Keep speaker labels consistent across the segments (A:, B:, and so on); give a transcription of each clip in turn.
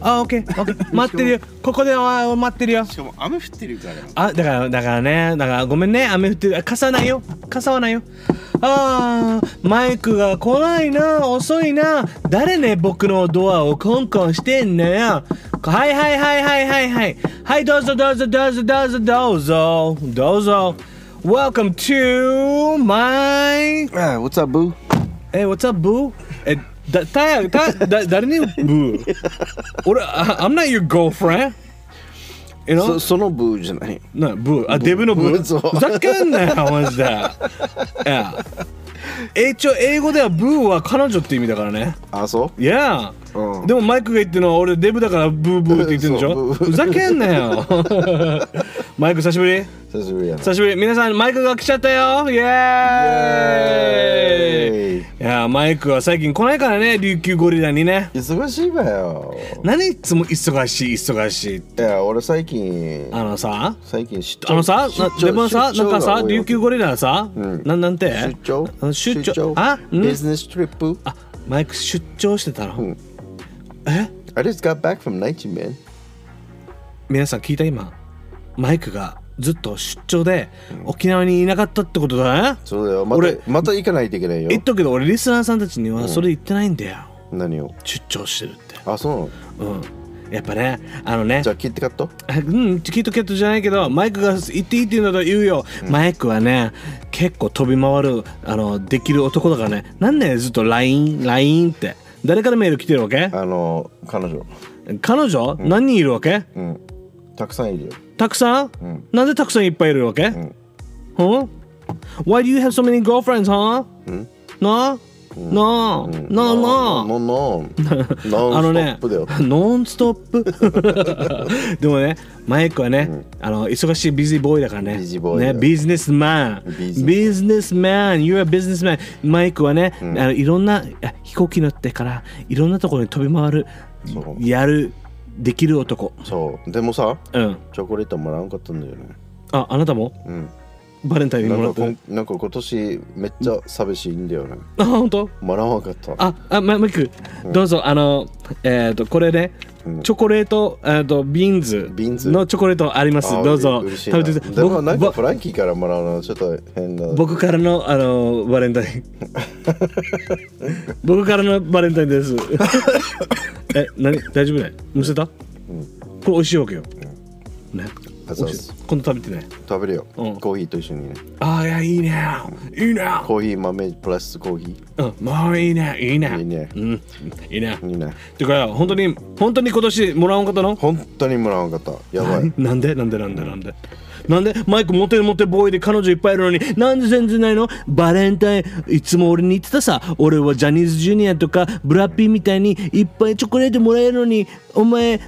A: あオッケーオッケー待ってるよここであ待ってるよ
B: しかも雨降ってるから
A: あだからだからねだからごめんね雨降ってるあ傘ないよ傘はないよあーマイクが来ないな遅いな誰ね僕のドアをコンコンしてんのよはいはいはいはいはいはいはいどうぞどうぞどうぞどうぞどうぞどうぞ Welcome to my
B: Ah, what's up, boo?
A: え、what's up, boo? え、だ、たや、た、だ、誰に boo? 俺、あ I'm not your girlfriend. You know?
B: そそのブーじゃない。
A: な、ブー。あ、デブのブ
B: ブ
A: ー。
B: ーそう
A: ふざけんなよ、マジで。いや。え一応、英語ではブーは彼女って意味だからね。
B: あ、そう
A: いや、
B: うん
A: でもマイクが言ってるのは俺デブだからブーブーって言ってるんでしょ
B: そう
A: ふざけんなよ。マイク久しぶり
B: 久しぶりやな。
A: 久しぶり皆さんマイクが来ちゃったよイエーイ
B: イエ
A: いやーマイクは最近来ないからね琉球ゴリラにね
B: 忙しいわよ。
A: 何いつも忙しい忙しい
B: いや、俺最近、
A: あのさ
B: 最近出張
A: あのさ
B: 出
A: な
B: 張
A: でもさ
B: 出
A: な
B: 張
A: んか
B: が
A: さ
B: 多いわ
A: 琉球ゴリラさ、
B: ん
A: なんなんて
B: 出張
A: あの出張あうん
B: ビジネストリップ
A: あマイク出張してたの、
B: ん
A: え
B: I just got back from 19, man.
A: 皆さん聞いた今マイクがずっと出張で沖縄にいなかったってことだね
B: そうだよ。ま
A: 俺
B: た、また行かないといけないよ
A: 言。っとくけど俺リスナーさんたちにはそれ言ってないんだよ、
B: 何を
A: 出張してるって
B: あ、そうなの
A: うんやっぱねあのね
B: じゃあ切ってカット
A: あうん、キットキャットじゃないけどマイクが言っていいって言うんだと言うよ、マイクはね結構飛び回るあのできる男だからねなんでずっと LINELINE って誰からメール来てるわけ
B: あの、彼女。
A: 彼女、何人いるわけ
B: うん。たくさんいるよ。
A: たくさん、
B: ん
A: なんでたくさんいっぱいいるわけ、
B: ん
A: うん、Why do you have so many girlfriends, huh?
B: ん
A: なあ、なあ、なあなあ
B: ノンノン。ノンスト
A: あのね
B: ップだよ。、
A: ノンスト ップ。 でもね、マイクはね、あの忙しいビジーボーイだからね。
B: ビジーボーイだ
A: ね、ビジネスマン。
B: ビジネスマン
A: ビジネスマン、you're a businessman。マイクはね、あのいろんなあ飛行機乗ってからいろんなところに飛び回る、
B: そう
A: やる、できる男。
B: そう。でもさ、
A: うん。
B: チョコレートもらわんかったんだよね。
A: あ、あなたも
B: うん。
A: バレンタインにもら
B: な
A: っ
B: んか
A: て
B: こ
A: る
B: ん。なんか今年めっちゃ寂しいんだよね。
A: あ、本当？
B: もらわんかった。
A: あ、あ、まマイク、どうぞあのえっ、とこれね、チョコレートえっ、とビーンズ
B: ビーンズ
A: のチョコレートあります。
B: あ
A: どうぞ
B: 嬉しいな
A: 食べてください。
B: でもなんか
A: 僕
B: フランキーからもらうのはちょっと変だ。
A: 僕からのあのバレンタ イン。僕からのバレンタイン です。え、何大丈夫ね？むせた？これ美味しいわけよ。ね。
B: あそう
A: 美
B: で
A: 味し
B: す
A: い今度食べてね。
B: 食べるよ、
A: うん
B: コーヒーと一緒にね。
A: あーいやいいね。いいね。
B: コーヒー豆プラスコーヒ
A: うん、まあいいね。いいね。
B: いいね
A: うん、いいね。
B: ー。いいね。
A: てか本当に本当に今年もらおうかったの？
B: 本当にもらわんかった。やばい。
A: なんでなんでなんでなんでなんでマイクモテるモテボーイで彼女いっぱいいるのになんで全然ないのバレンタインいつも俺に言ってたさ俺はジャニーズジュニアとかブラッピーみたいにいっぱいチョコレートもらえるのにお前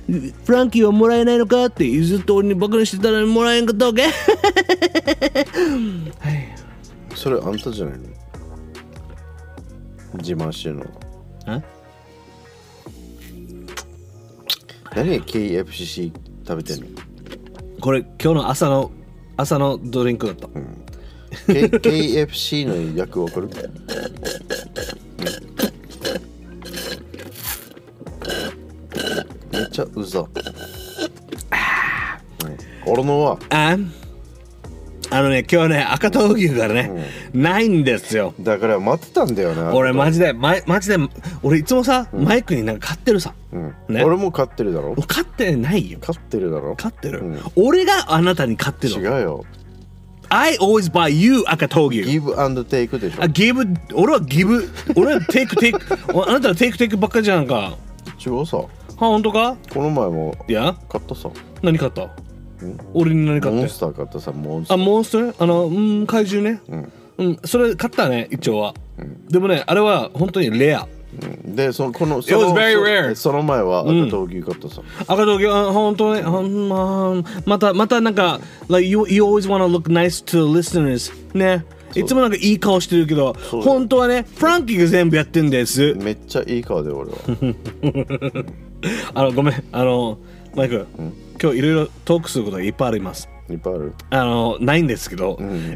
A: フランキーはもらえないのかってずっと俺にバカにしてたのにもらえんかったわけ はい
B: それあんたじゃないの自慢してるの。
A: あ
B: 何 KFC 食べてんの
A: これ今日の朝の朝のドリンクだった、
B: K- ?KFC の役わかるめっちゃうざ。うん俺のは
A: ああのね今日ね赤とう牛がね、ないんですよ
B: だから待ってたんだよな。
A: 俺マジでママジで俺いつもさ、マイクになんか買ってるさ、
B: うん
A: ね
B: 俺も買ってるだろ
A: 買ってないよ
B: 買ってるだろ
A: 買ってる、
B: うん
A: 俺があなたに買って
B: 違う
A: るの
B: よ。
A: I always buy you 赤闘牛
B: Give and take でしょ
A: あ。ギブ俺はギブ俺はテイクテイ クあなたはテイクテイクばっかじゃんかあ
B: 違うさ。
A: 本当か
B: この前も
A: いや
B: 買ったさ。
A: 何買った俺に何買
B: モ
A: っ
B: ン
A: て
B: スター買ったさ、モンスタ
A: あ
B: ー。
A: モンスターあのうん怪獣ね
B: うん
A: うんそれ買ったね一応は、でもねあれは本当にレア
B: うんで、その、この、
A: It
B: そ
A: was
B: の
A: very
B: そ
A: rare
B: その前は赤
A: ん
B: 闘牛買ったさ。
A: 赤道儀あ本当ね、ほんままたまたなんか like you you always want to look nice to the listeners ねいつもなんかいい顔してるけど
B: そうだよ
A: 本当はねフランキーが全部やってんです
B: めっちゃいい顔 で俺は。
A: あのごめんあのマイク今日いろいろトークすることがいっぱいあります
B: いっぱいある。
A: あのないんですけど、
B: うん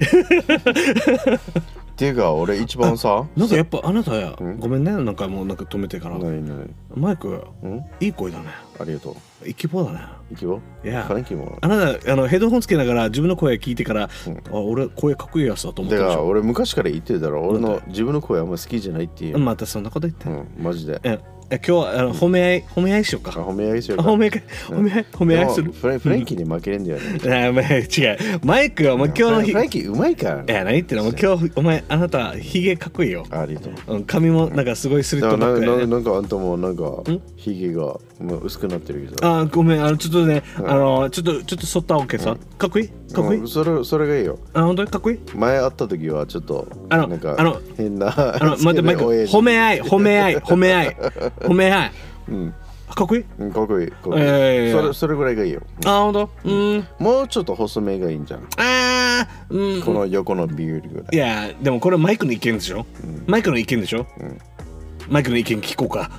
B: ていうか俺一番さ
A: なんかやっぱあなたや
B: うん
A: ごめんねなんかもうなんか止めてから
B: 何何
A: マイク
B: うん
A: いい声だね
B: ありがとう
A: 一気棒だね
B: 行くよ
A: いや
B: ファンキーも
A: あなたあのヘッドホンつけながら自分の声聞いてから、
B: うん
A: あ俺声かっこいいやつだと思っ
B: だ
A: た
B: か
A: でし
B: ら
A: ょ
B: 俺昔から言ってるだろ
A: な
B: 俺
A: ん
B: の
A: だ
B: 自分の声あんま好きじゃないっていう、
A: またそんなこと言って、
B: うん、マジで
A: ええ今日はあの褒め合い褒め合いしよう
B: あ
A: か
B: 褒め合いする
A: あ
B: か
A: 褒め合い褒め合い褒め合いす
B: で
A: る
B: もフレフレンキーに負けれんだよね
A: あまあ違うマイクはもう今日の日
B: フレンキーうまいから
A: い
B: ね
A: や何言ってんのもう今日お前あなたひげかっこいいよ、
B: ありがとう
A: うん、髪もなんかすごいスリッ
B: な
A: ト
B: な
A: バック
B: な
A: で、ね、
B: なんかあんたもなんかひげがもう薄くなってるけど
A: あごめんあのちょっとね、
B: うん
A: あのちょっとちょっと剃ったわけさ、かっこいいかっこいい、
B: うんそれそれがいいよ
A: あ本当にかっこいい
B: 前会った時はちょっと
A: あの
B: なんか
A: あの
B: 変な
A: あ の待ってマイク
B: 親父
A: 褒め合い褒め合い褒 め合い褒め合い
B: うん
A: あかっこいい
B: うんかっこいいかっこいい
A: いやいやいや
B: それそれぐらいがいいよ
A: あ本当うん
B: もうちょっと細めがいいんじゃん
A: あーうん
B: この横のビュールぐら
A: い
B: い
A: やでもこれマイクの意見でしょ、マイクの意見でしょ、マイクの意見聞こうか、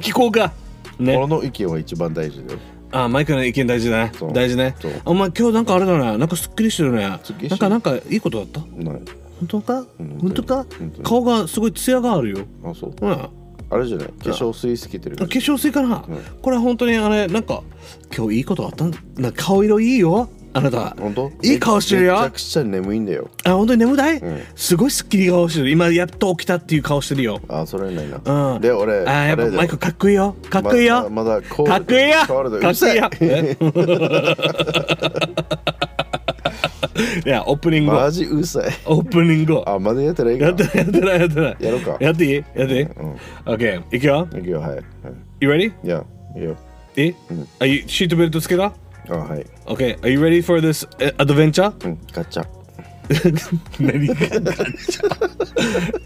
A: 聞こうかね
B: 俺の意見は一番大事だよ
A: あマイクの意見大事だね
B: そう
A: 大事ね
B: そう
A: お前今日なんかあれだねなんかすっきりしてるね
B: すっきりしてる
A: なんかなんかいいことだった
B: ない
A: 本当か
B: うん
A: 本当か
B: 本当に
A: 顔がすごい艶があるよ、
B: あそう
A: うん、化
B: あれじゃない化粧水つけてるから
A: 粧水かな、
B: うん
A: これ本当にあれなんか今日いいことあったんなんか顔色いいよあなた
B: 本当
A: いい顔してるよ
B: めちゃくちゃ眠いんだよ
A: あ本当に眠たい、
B: うん
A: すごいすっきり顔してる今やっと起きたっていう顔してるよ
B: あそれはないな、
A: うん
B: で俺
A: あーやっぱ
B: れだよ
A: マイクかっこいいよかっこいいよ、
B: ままだコール
A: かっこいいよ
B: コールで
A: かっこいいよ
B: うるさい
A: いやオープニング後
B: マジうるさい
A: オープニング後
B: あまだやってないか
A: やってないやってないやってない
B: やろうか
A: やっていいやっていい、
B: ん
A: ?OK いくよ
B: いくよはいはい
A: You ready?
B: いやいいよ
A: え、Are you シートベルトつけた
B: あはい
A: ?OK Are you ready for this eh, adventure?
B: うんガチャ
A: 何い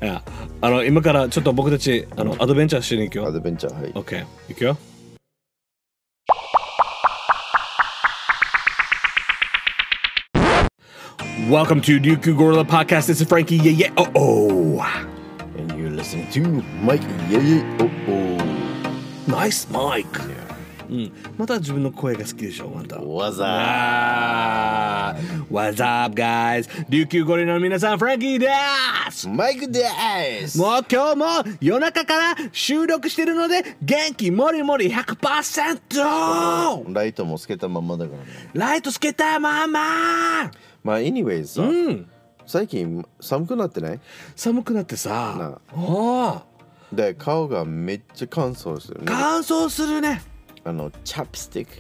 A: やあの今からちょっと僕たちあのアドベンチャーしに行く
B: ア
A: よ
B: ドベンチャーはい
A: OK 行くよWelcome to Ryukyu Gorilla Podcast. This is Frankie. Yeah, yeah. Oh, oh.
B: And you're listening to Mike Yeah Yeah Oh
A: ナイスマイク、うん、Hmm. また自分の声が好きでしょまた
B: Oh What's up?
A: あー What's up guys 琉球ゴリラの皆さんフランキーです
B: マイクです
A: もう今日も夜中から収録してるので元気もりもり100%
B: ライトもつけたまんまだからね
A: ライトつけたまま
B: まあ anyways さ、
A: うん
B: 最近寒くなってない
A: 寒くなってさお
B: で顔がめっちゃ乾燥する
A: ー
B: ね
A: 乾燥するね
B: あのチャップスティック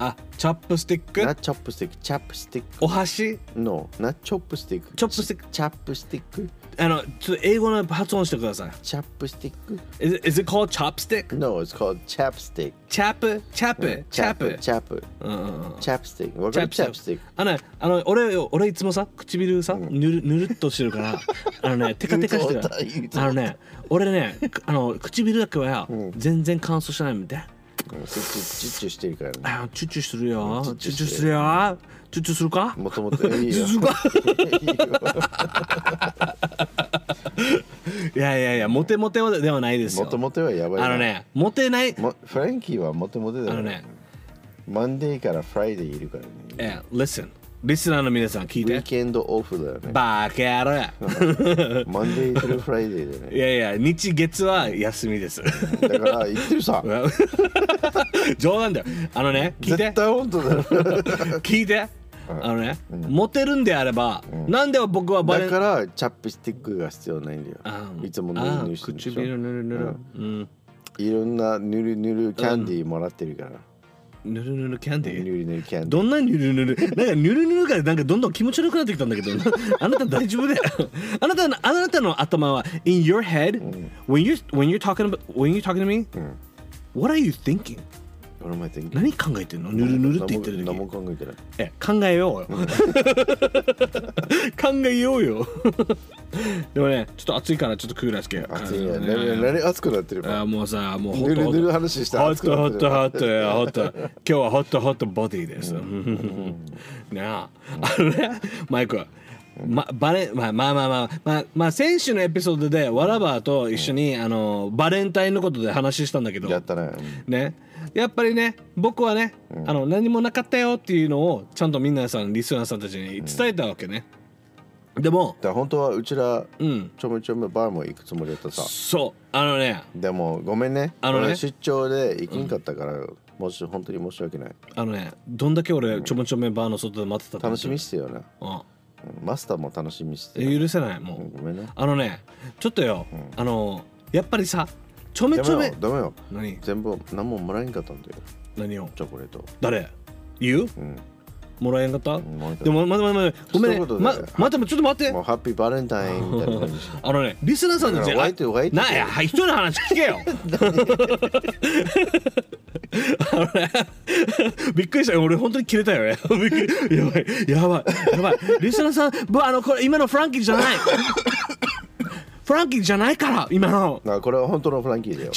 A: あチャップスティッ
B: な
A: ク
B: チャップスティックチャップスティック
A: お箸
B: No なチョップスティック
A: チョップスティック
B: チャップスティック
A: あのちょっと英語の発音してください
B: チャップスティック
A: Is it, is it called chopstick?
B: No, it's called chapstick.
A: チャップ、チャップ、チャップ。
B: チャップ。
A: うんうんうん。
B: chapstick. わかる chapstick.
A: あのね、あの俺俺いつもさ唇さぬるぬるっとしてるから あのねテカテカしてるから
B: 言うとった言うとっ
A: あのね俺ねくあの唇だけは全然乾燥してないみたい
B: うんチュッチュチュッチュしてるからね。
A: あチュッチュするよ
B: うん
A: チュッチ
B: チュッチ
A: ュ
B: ュ
A: す
B: す
A: る
B: る
A: よチュッチュするか
B: もともといい よ。
A: すごい
B: いいよ
A: いやいやいやモテモテではないですよ
B: もともとはやばいな。
A: あのねモテない
B: も。フランキーはもともとだ
A: あの
B: よ
A: ね。
B: マンデーからフライデーいるからね。
A: え listen リスナーの皆さん聞い
B: ウィー
A: て
B: ケンドオフだよ ね。
A: バーケル
B: マンデーとフライデーだよ
A: い
B: ね。
A: やいや日月は休みです
B: だから言って るさ。
A: 冗談だよあのね聞いて
B: 絶対本当だよ。
A: 聞いてあのね、モテるんであれば、なんで僕はバレ
B: だからチャップスティックが必要ないんだよ
A: あ。
B: いつも
A: あ
B: ヌル
A: ー
B: ヌルしてるでしょ
A: 唇ぬるぬる、うん、
B: いろんなぬるぬるキャンディーもらってるから。
A: ぬるぬるキャンディ
B: ぬ
A: ー
B: るぬるキャンディー。
A: どんなぬるぬるなんかぬるぬるがなんかどんどん気持ち悪くなってきたんだけど あなた大丈夫だよあなたのあなたの頭は in your head、when you when you talking about when you talking to me、
B: ん
A: what are you thinking
B: 俺もやってんけど
A: 何考えてんのぬるぬるって言ってる
B: 何
A: 時
B: も何も考えてない。
A: え考えよう よ考えようよでもねちょっと暑いからちょっとクーラーつけよう
B: 暑い
A: あ
B: や。
A: のね
B: 何何熱くなってる
A: あーもうさもう
B: ぬるぬる話したら
A: ホッ
B: 熱く
A: トホッ
B: なって
A: ト
B: る
A: ホットやホット 今日はホットホットボディです、ねああのねマイクま、バレまあまあまあまあ、まあまあ、先週のエピソードでわらばと一緒に、あのバレンタインのことで話したんだけど
B: やったね。
A: ねやっぱりね僕はね、あの何もなかったよっていうのをちゃんとみんなさんリスナーさんたちに伝えたわけね、でも
B: だから本当はうちら
A: うん
B: ちょめちょめバーも行くつもりだったさ
A: そうあのね
B: でもごめんね
A: あのね
B: 俺出張で行けんかったから、もし本当に申し訳ない
A: あのねどんだけ俺ちょもちょめバーの外で待ってたと思
B: 楽
A: って
B: しみっすよね
A: うん
B: うんマスターも楽しみっすよ
A: え許せないも
B: う
A: うん
B: ごめんね
A: あのねちょっとよ、あのやっぱりさちょめ
B: ダ
A: ちょ
B: メ
A: め
B: よダメよ
A: 何
B: 全部何ももらえんかったんだよ
A: 何を
B: チョコレート
A: 誰言う
B: うん
A: もらえんかった、
B: もらえんかった
A: でも待って待って待ってごめんね
B: 一言で
A: ま待ってちょっと待って
B: もうハッピーバレンタインみたいな感 じ
A: あのねリスナーさんたち
B: だから wait, wait.
A: なや人の話聞け よあのねびっくりした俺本当に切れたよねびっくりやばいやばいやばいリスナーさんぶあのこれ今のフランキーじゃない フランキーじゃないから今の
B: なこれは本当のフランキーだよ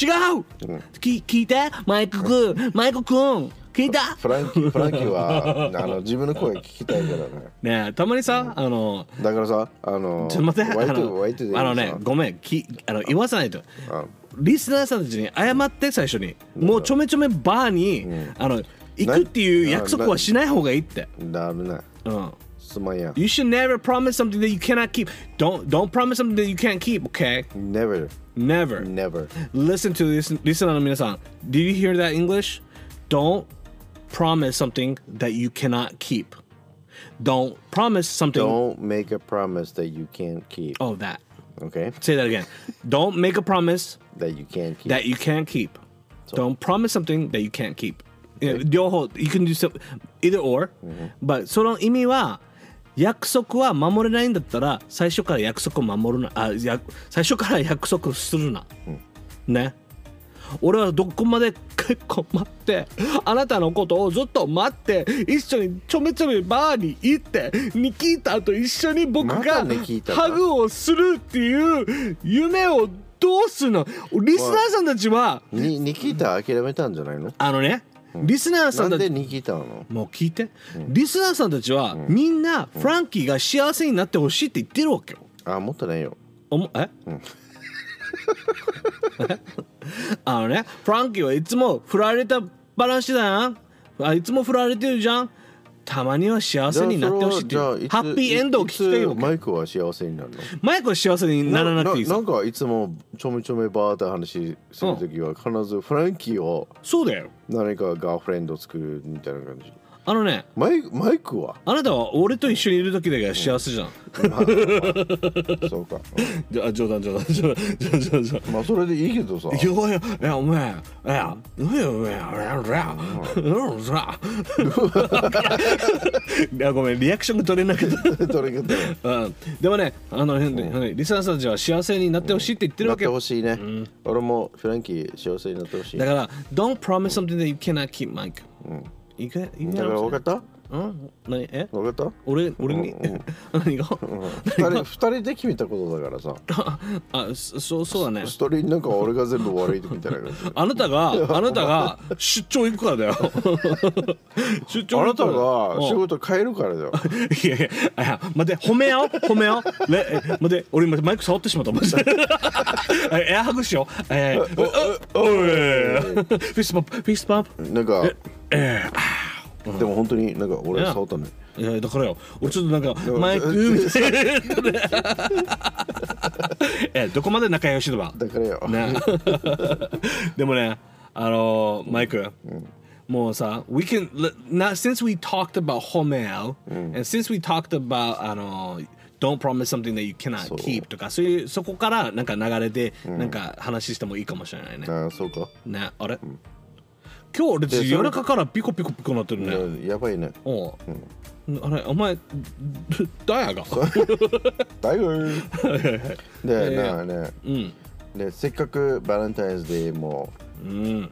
A: 違う、
B: うん
A: き聞いてマイクくんマイクくん聞いた
B: フランキーフランキ ーはあの自分の声聞きたいからね
A: ねえたまにさ、あの
B: だからさあの
A: ちょっと待って
B: ワイ
A: あ
B: トワイトでいい
A: の
B: さ
A: あのねごめんきあの言わさないと
B: あ
A: リスナーさんたちに謝って最初にもうちょめちょめバーに、
B: うん
A: あの行くっていう約束はしない方がいいって、
B: ダメな
A: うん、
B: すまんや
A: You should never promise something that you cannot keep don't don't promise something that you can't keep okay
B: Never
A: never
B: Never
A: Listen to this. Listen の皆さん。Did you hear that English? Don't promise something that you cannot keep. Don't promise something.
B: Don't make a promise that you can't keep
A: Oh, that.
B: Okay
A: Say that again. Don't make a promise
B: That you can't keep
A: that you can't keep. Don't promise something that you can't keep. Yeah, 両方、you can do so, either or. But その意味は、約束は守れないんだったら、最初から約束を守るな。あ、や最初から約束するな。ね。俺はどこまで結構待ってあなたのことをずっと待って一緒にちょめちょめバーに行ってニキータと一緒に僕
B: ま
A: が
B: たニキータか
A: ハグをするっていう夢をどうすんのリスナーさんたちは
B: にニキータ諦めたんじゃないの
A: あのねリスナーさ
B: なんん
A: た
B: で
A: ち
B: ニキータなの
A: もう聞いてリスナーさんたちはみんなフランキーが幸せになってほしいって言ってるわけよ
B: あもっとないよ
A: おもえ、あのねフランキーはいつも振られた話だなあいつも振られてるじゃんたまには幸せになってほしいってい
B: じゃあそれはじ
A: う
B: ゃ
A: ハ
B: あいつ
A: ッピーエンドを聞きたい
B: いつ
A: わけ
B: マイクは幸せになるの
A: マイクは幸せにならなくていい
B: な
A: さ
B: んかいつもちょめちょめバーって話するときは必ずフランキーを
A: そうだよ
B: 何かガーフレンド作るみたいな感じ
A: あのね
B: マイマイクは
A: あなたは俺と一緒にいる時だけが幸せじゃん、
B: そうか
A: じゃあ冗談冗談冗談冗談冗談冗談
B: まあそれでいいけどさ
A: いやいやいやお前いやいやいやいやいやいやいやごめんリアクションが取れなくて
B: どれかで
A: うん、でもねあの、変で変でリスナーさんたちは幸せになってほしいって言ってる
B: な
A: わ
B: っ
A: け
B: て
A: よ、
B: ほしいね、俺もフランキー幸せになってほしい
A: だ
B: だか
A: から「Don't promise something that you cannot keep, Mike」いいかいいから
B: 分かった
A: うん何え
B: 分かっ
A: 俺俺に、 何が、
B: た二 人二人で決めたことだからさ
A: あそそうそうだね
B: 一人なんか俺が全部悪いみたいな 感じ
A: あなたがあなた が出張行くからだよ出張行
B: あな
A: くか
B: た
A: ら
B: が仕
A: うん
B: 事変えるからだよ
A: いやいやあいや待って褒めよう褒めようれえ待って俺今マイク触ってしまったマジであエアハグしようえー、おおおいフィストパンプフィストパンプ
B: なんかでも本当になんか俺触ったね
A: いやだからよ俺ちょっとなんかマイクみたいなえどこまで仲良しだわ
B: だからよ、
A: ね でもねあのーマイク、もうさ we can now since we talked about 褒め合う、and since we talked about あのー Don't promise something that you cannot
B: う
A: keep とかそういうそこからなんか流れでなんか話してもいいかもしれないね。
B: ああそうか、
A: ねあれ、今日俺たち夜中からピコピコピコなってるね。
B: やばいね
A: おう、あれお前 ダイヤが
B: だいぶで、
A: いやいや
B: なあね
A: うん
B: でせっかくバレンタインズデーも
A: うん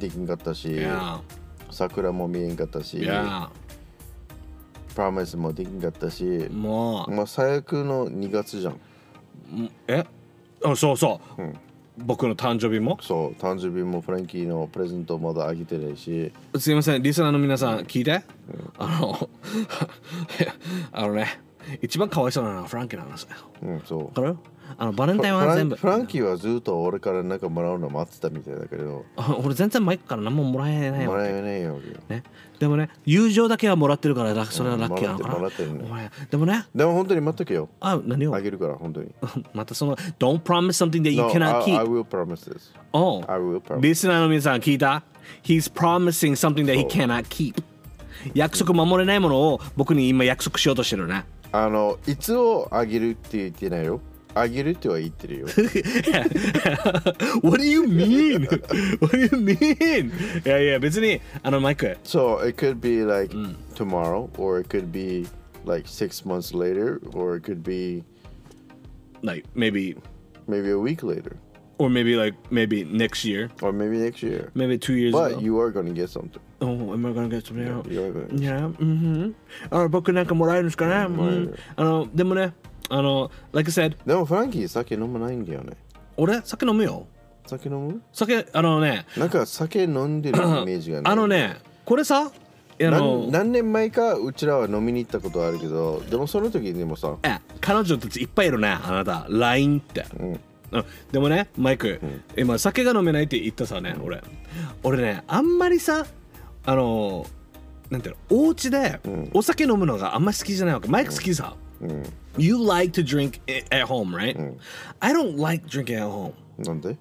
B: できんかったし
A: いや
B: 桜も見えんかったし
A: いや
B: プロミスもできんかったし
A: も
B: まあ最悪の2月じゃん
A: ううんえあそうそう、僕の誕生日も
B: そう誕生日もフランキーのプレゼントまだあげてないし
A: すいませんリスナーの皆さん聞いて、あの あのね一番かわいそうなのはフランキーなんですよ
B: うんそ
A: わかるあのバレンタイン
B: フ
A: は
B: ラン
A: 全部
B: フランキーはずっと俺からなんかもらうの待ってたみたいだけど、
A: あ 俺全然マイクから何ももらえない
B: も
A: わ
B: ら
A: け、
B: えないよ。
A: ね、でもね友情だけはもらってるからラそれはラッキーなのかな、
B: もらってるもらってるね
A: お前でもね
B: でも本当に待っとけよ。
A: あ何を
B: あげるから本当に。
A: またその Don't promise something that you
B: No,
A: cannot
B: I, I
A: keep
B: will promise this.
A: Oh
B: I will promise.
A: リスナーの皆さん聞いた He's promising something that he cannot keep 約束守れないものを僕に今約束しようとしてるね
B: あの、いつをあげるって言ってないよ。あげるっては言っ てるよ。
A: What do you mean? What do you mean? いやいや別にあのマイク
B: So it could be like tomorrow, or it could be like six months later, or it could be
A: like maybe
B: maybe a week later,
A: or maybe like maybe next year
B: or maybe next year.
A: maybe two years ago
B: But you are going to get something.
A: Oh, am I gonna get something out?
B: you're gonna-
A: Yeah. Mm-hmm. あ僕なんかもらえるんですかね、う
B: もらえ
A: ん
B: る、
A: あの、でもね、あの、like I said、
B: でもフランキー酒飲まないんだよね。
A: 俺、酒飲むよ。
B: 酒飲む
A: 酒、あのね、
B: なんか酒飲んでるイメージが ない。
A: あのね、これさ、あ
B: 何、
A: の、
B: 何年前かうちらは飲みに行ったことあるけど、でもその時にもさ、
A: え、彼女たちいっぱいいるね、あなた、LINE って。
B: うん、
A: うんでもね、マイク、今、酒が飲めないって言ったさね、俺。俺ね、あんまりさ、あの、なんていうの、お家で
B: ん
A: お酒飲むのがあんまり好きじゃないわけ。マイク好きさ。
B: うん、
A: You like to drink i- at home, right? I don't like drinking at home.
B: なんで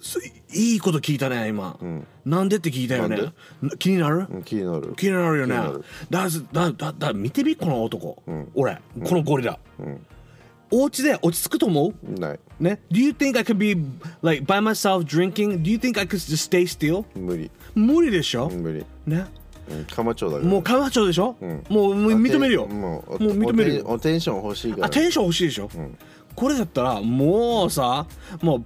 A: すいいこと聞いたね、今。
B: ん
A: なんでって聞いたよね
B: なん。
A: な気になる、
B: うん気になる。
A: 気になるよね
B: 気になる。
A: だすだだだ見てみ、この男。
B: ん
A: 俺、このゴリラ。
B: うん、
A: お家で落ち着くと思う
B: ない。
A: ね。Do you think I could be like by myself drinking? Do you think I could just stay still?
B: 無理。
A: 無理でしょ、
B: 無理。
A: ね。
B: うん、カマチョだから。
A: もうカマチョでしょ、
B: ん
A: もうもう認めるよ。
B: もう、お
A: もう認めるよ。
B: おテンション欲しいか
A: あ
B: ら。
A: テンション欲しいでしょ、これだったらもうさもう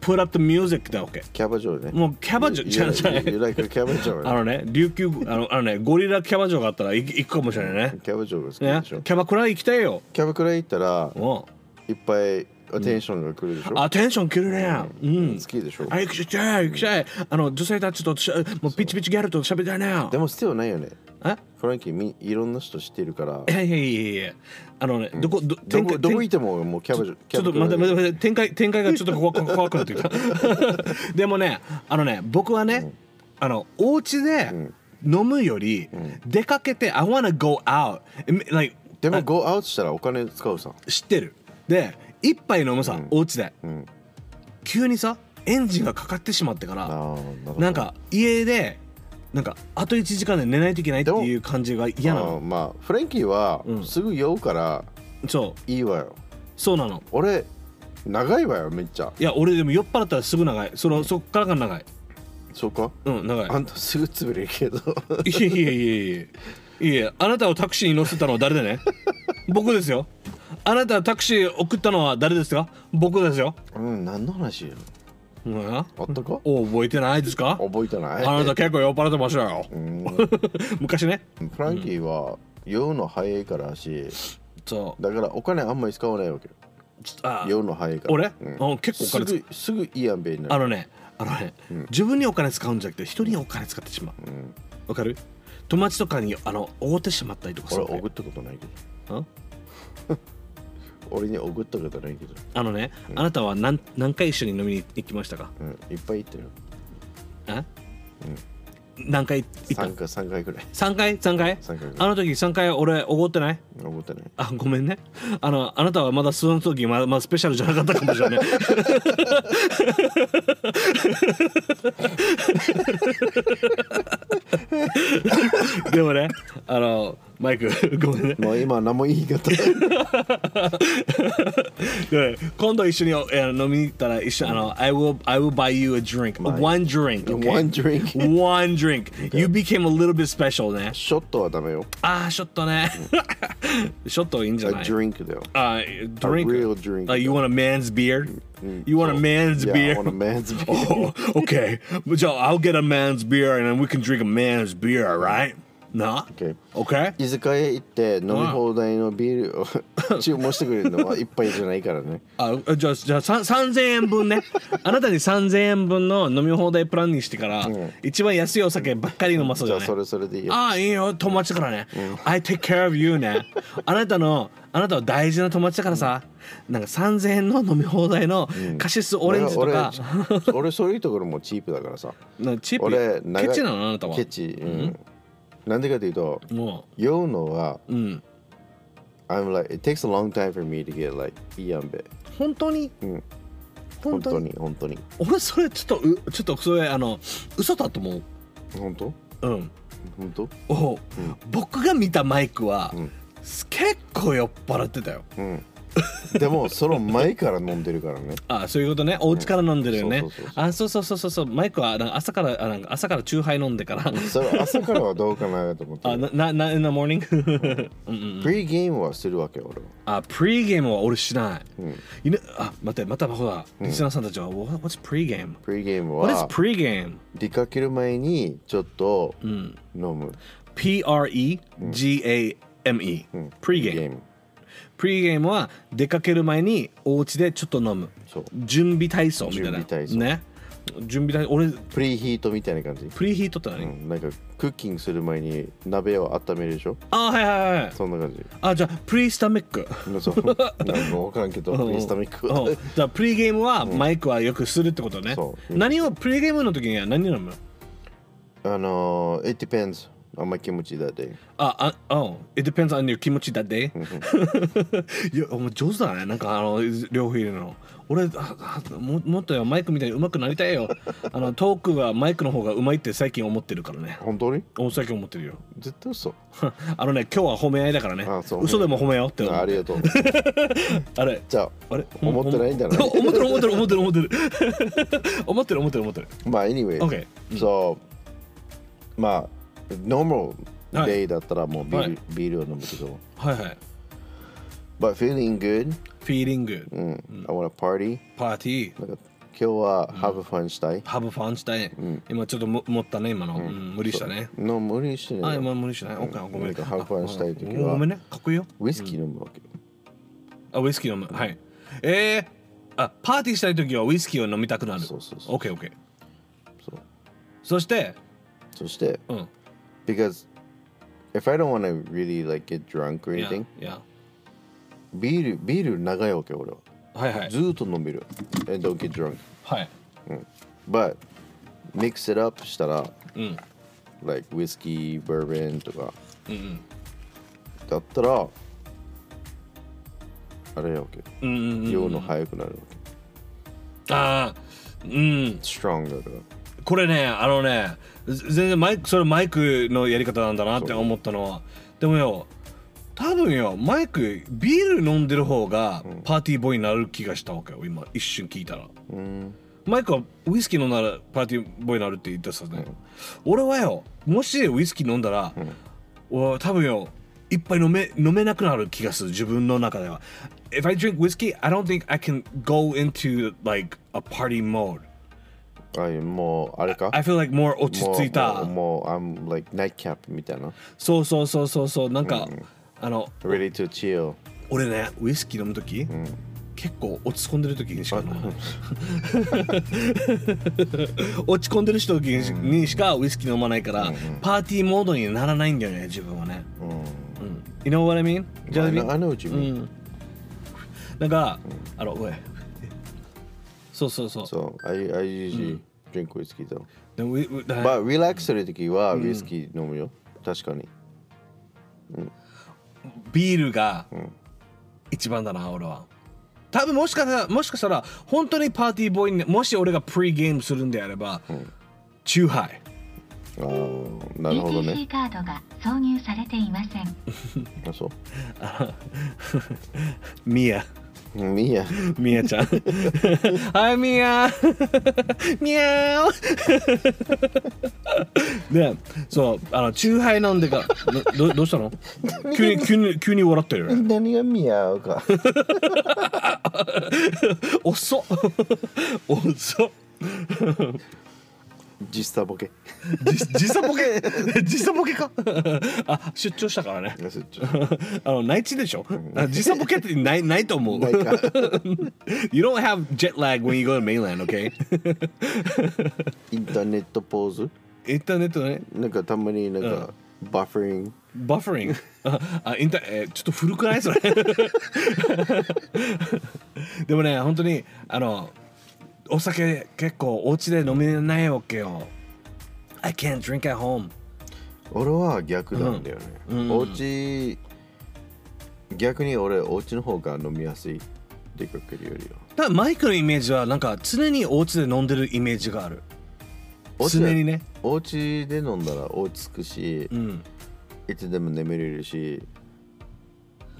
A: put up the music だわけ
B: キャバ嬢ね。
A: もうキャバ嬢じゃじゃない
B: ゆらくキャバ嬢
A: あ
B: ね。
A: のね琉球あのあのねゴリラキャバ嬢があったらい行くかもしれないね
B: キャバ嬢が好き
A: ね
B: でし
A: キ
B: ょ。
A: ャバクラ行きたいよ
B: キャバクラ行ったら、
A: うん
B: いっぱいおテンションが来るでしょ。
A: あテンション切るねうん
B: 好きでしょ。
A: あ行きたい行きたいあの女性たちとしゃもうピチピチギャルと喋りたいね
B: でも、必要ないよね。
A: え
B: フランキー、みいろんな人知ってるから
A: い。やいやいやいやあのねどこど
B: ど
A: 展
B: こ
A: 開
B: どこ行ってももうキャバ嬢。
A: ちょっと
B: キャバ
A: 待っ
B: ク
A: て
B: ラ
A: 待って待って展開展開がちょっと怖く怖くなってきた でもねあのね僕はね、あのお家で飲むより、出かけて I wanna go out And, like
B: でも、ゴーアウトしたらお金使うさ。
A: 知ってるで一杯飲むさ、お家で
B: うん。
A: 急にさエンジンがかかってしまってか
B: ああ、
A: ら
B: なるほど
A: なん、か家でなんかあと1時間で寝ないといけないって
B: でも
A: いう感じが嫌な
B: あー
A: の
B: まあ、フランキーは
A: うん
B: すぐ酔うから
A: そう
B: いいわよ。
A: そうなの
B: 俺、長いわよ、めっちゃ。
A: いや俺でも酔っ払ったらすぐ長いそのそっからが長い
B: そうか
A: うん長い
B: あんたすぐ潰れるけど。
A: いやいやいやいやいやあなたをタクシーに乗せたのは誰で ね僕ですよあなたをタクシー送ったのは誰ですか僕ですよ、
B: うん、何の話よ。
A: うん、お
B: あったか
A: 覚えてないですか
B: 覚えてない
A: あなた結構酔っ払ってましたよ
B: うん
A: 昔ね
B: フランキーは酔うの早いからし
A: そう
B: だからお金あんまり使わないわけよ
A: ちょっとあ
B: 酔うの早いから
A: 俺、
B: うん
A: うん、結構お金
B: す
A: 使う
B: ぐすぐいいやんべにな
A: あ
B: る
A: のねあのね、自分にお金使うんじゃなくて人にお金使ってしまう
B: うん
A: わかる友達とかにあのおごってしまったりとかす
B: 俺
A: る
B: おごったことないけど
A: うん
B: 俺におごったことないけど、
A: あのね、あなたは何何回一緒に飲みに行きましたか
B: うん、いっぱい行ってる
A: え、何回行った
B: 3回三回くらい
A: 3回3回
B: 三回くら
A: あの時3回俺おごってない
B: いおごってない
A: あごめんねあのあなたはまだその時まだまだスペシャルじゃなかったかもしれない でもねあのマイクごめんね
B: もう今何も言い方
A: で今度一緒にあの飲みに行ったら一緒あの I will I will buy you a drink one drink okay?
B: One drink
A: one drink you became a little bit special ね
B: ショットはダメよ
A: ああショットね ショットいいんじゃ
B: A
A: ない
B: drink だよ
A: uh, drink.
B: real drink.
A: Like you want a man's beer? You want a man's
B: Yeah,
A: beer?
B: I want a man's beer.
A: oh, okay. But yo, I'll get a man's beer and then we can drink a man's beer, all right? な
B: Okay.
A: ?OK?
B: 居酒屋行って飲み放題のビールを注文してくれるのは一杯じゃないからね。
A: ああじゃあじゃあさん3000円分 ねあなたに3000円分の飲み放題プランにしてから、
B: うん
A: 一番安いお酒ばっかり飲 まそう
B: じ
A: だ
B: ゃ
A: ね
B: あそれそれでいいよ。
A: ああいいよ友達だからね、I take care of you ねあなたのあなたは大事な友達だからさ、なんか3000円の飲み放題のカシスオレンジと
B: 俺
A: か
B: は、俺俺そういうところもチープだからさ。
A: なチップ
B: 俺長い
A: ケチなのあなたは
B: ケチ。うん。なんでかというと、
A: も
B: 酔うのは、
A: ううん
B: I'm like, it takes a long time for me to get like いいやんべ。
A: 本当に、
B: うん
A: 本
B: 本
A: 当
B: 当
A: に
B: に本当に
A: 俺それちょっとうちょっとそれあの嘘だと思
B: 本当
A: ううん
B: 本当
A: おう
B: うん
A: 僕が見たマイクは、
B: うん
A: 結構酔っ払ってたよ
B: うん。でもその前から飲んでるか らね。
A: あそういうことねお家から飲んでるよね、
B: そうそうそうそ
A: あそうそうそうそうそうマイクはなんか朝からあなんか朝からチューハイ飲んでから
B: それ朝からはどうかなと思っ
A: あ
B: て。
A: ななな in the morning うんうんうん
B: プリーゲームはするわけ俺は。
A: あプレイゲームは俺しない、
B: うん
A: いなあ待ってまたほらリスナーさんたちは、What- What's pregame?
B: プリーゲーム
A: What is
B: は
A: pregame?
B: 出かける前にちょっと
A: うん
B: 飲む。
A: P-R-E-G-A-M-E
B: うん
A: pregame。pregame は出かける前にお家でちょっと飲む
B: そう
A: 準備体操みたいな
B: 準備体操
A: ね準備体操俺
B: プリヒートみたいな感じ。
A: プリヒートって何、
B: うん、なんかクッキングする前に鍋を温めるでしょ
A: あはいはいはい
B: そんな感じ。
A: あじゃあプリスタメック
B: そうなんかわからんけど、 プリスタミック。
A: うんじゃあプリゲームはマイクはよくするってことね、
B: そう
A: 何をプリゲームの時には何飲む
B: あのー、it depends on my 気持ち that day。
A: ああ、うん。It depends on your 気持ちだって。 いや、お前上手だね。なんかあの、両方入れるの。俺ああも、もっとよマイクみたいに上手くなりたいよ。 あの、トークがマイクの方が上手いって最近思ってるからね。
B: 本当に
A: お最近思ってるよ。
B: 絶対嘘。
A: あのね、今日は褒め合いだからね
B: あそ。う
A: 嘘でも褒めようって思う
B: ああり がとう。
A: あれ。
B: じゃあ、
A: あれ
B: 思ってないんだな
A: 思ってる思ってる思ってる思ってる 思ってる思ってる思ってる
B: まあ、anyway。
A: OK
B: So、まあ、normal
A: はい
B: day だったらもうビール,、
A: はい
B: ビールを飲むけど。
A: はいはい
B: But feeling good、
A: feeling
B: うん、I wanna party。
A: party
B: なんか今日は have fun したい。
A: have fun したい今ちょっとも持ったね今のうん無理したね
B: の無理して
A: あ
B: ない。
A: 今無理しない。オッケーごめ。
B: なんんかハーファンしたい時は
A: ごめんね。かっこいいよ。
B: ウイスキー飲むわけ。
A: あ、ウイスキー飲む。はい。えー、あ、パーティーしたい時はウイスキーを飲みたくなる。
B: そうそうそう
A: オッケーオッケー。
B: そう
A: そして、
B: そして、
A: うん。
B: because if I don't wanna really like get drunk or
A: いや
B: anything、
A: いや。
B: ビール、ビール長いわけ俺は。
A: はいはい
B: ず。ーっと飲める。And don't get drunk.
A: はい。
B: But mix it up したら、
A: うん。
B: like whiskey, bourbon とか
A: うんうん。
B: だったら、あれやわけ。
A: うんうんうん、
B: 酔うの早くなるわけ。
A: ああ、うん。
B: strong だから。
A: これね、あのね、ぜ全然マイク、それマイクのやり方なんだなって思ったのは。でもよ、多分よ、マイク、ビール飲んでる方がパーティーボーイになる気がしたわけよ。今、一瞬聞いたら。
B: うん。
A: マイクはウイスキー飲んだらパーティーボーイになるって言ってたね、俺はよもしウイスキー飲んだら、俺は多分よいっぱい飲め飲めなくなる気がする自分の中では If I drink whiskey I don't think I can go into like a party mode
B: あいもう、あれか
A: I feel like more 落ち
B: もう
A: 着いた
B: もう、もう I'm like nightcap みたいな。
A: そうそうそうそうそうなんか、あの
B: ready to chill。
A: 俺ねウイスキー飲む時、結構落ち込んでる時にしか飲まない 落ち込んでる人にしにしかウイスキー飲まないから、パーティーモードにならないんだよね自分はね、うん You know what I mean?
B: I know, I know what you
A: う
B: mean.
A: ん、なんか、あのおいそうそうそう
B: So I, I usually drink whiskey though.
A: でもウイウイ
B: But relax するときはウイスキー飲むよ。確かに。
A: ビールが一番だな、俺は多分もしかしたらもしかしたら本当にパーティーボーイにもし俺がプリゲームするんであれば、チューハイ
B: ああ、なるほどね。
C: ETC カードが挿入されていません。
B: あ、そ
A: ミヤ
B: う。うん、いいや。
A: ミヤちゃん はいミヤミヤ ーでそうあのチューハイ飲んでかどどどうした の急に急に急に笑って る
B: 何が見合うか。
A: 遅っ遅っ
B: 実際ボケ。
A: 時差ボ ケ時差ボケかあ出張したからね あの内地でしょあ時差ボケってないないと思う
B: ないか
A: You don't have jet lag when you go to mainland, okay?
B: インターネットポーズ
A: インターネットね
B: なんかたまになんか、バッファリング。
A: バッファリングああインターえーちょっと古くないそれ でもね本当にあのお酒結構お家で飲めないわけよ I can't drink at home
B: 俺は逆なんだよね。
A: うんうん
B: お家逆に俺、お家の方が飲みやすい。出かけるよりは。
A: ただマイクのイメージはなんか常にお家で飲んでるイメージがある
B: お家
A: 常
B: で
A: にね
B: お家で飲んだら落ち着くし、
A: うん
B: いつでも眠れるし、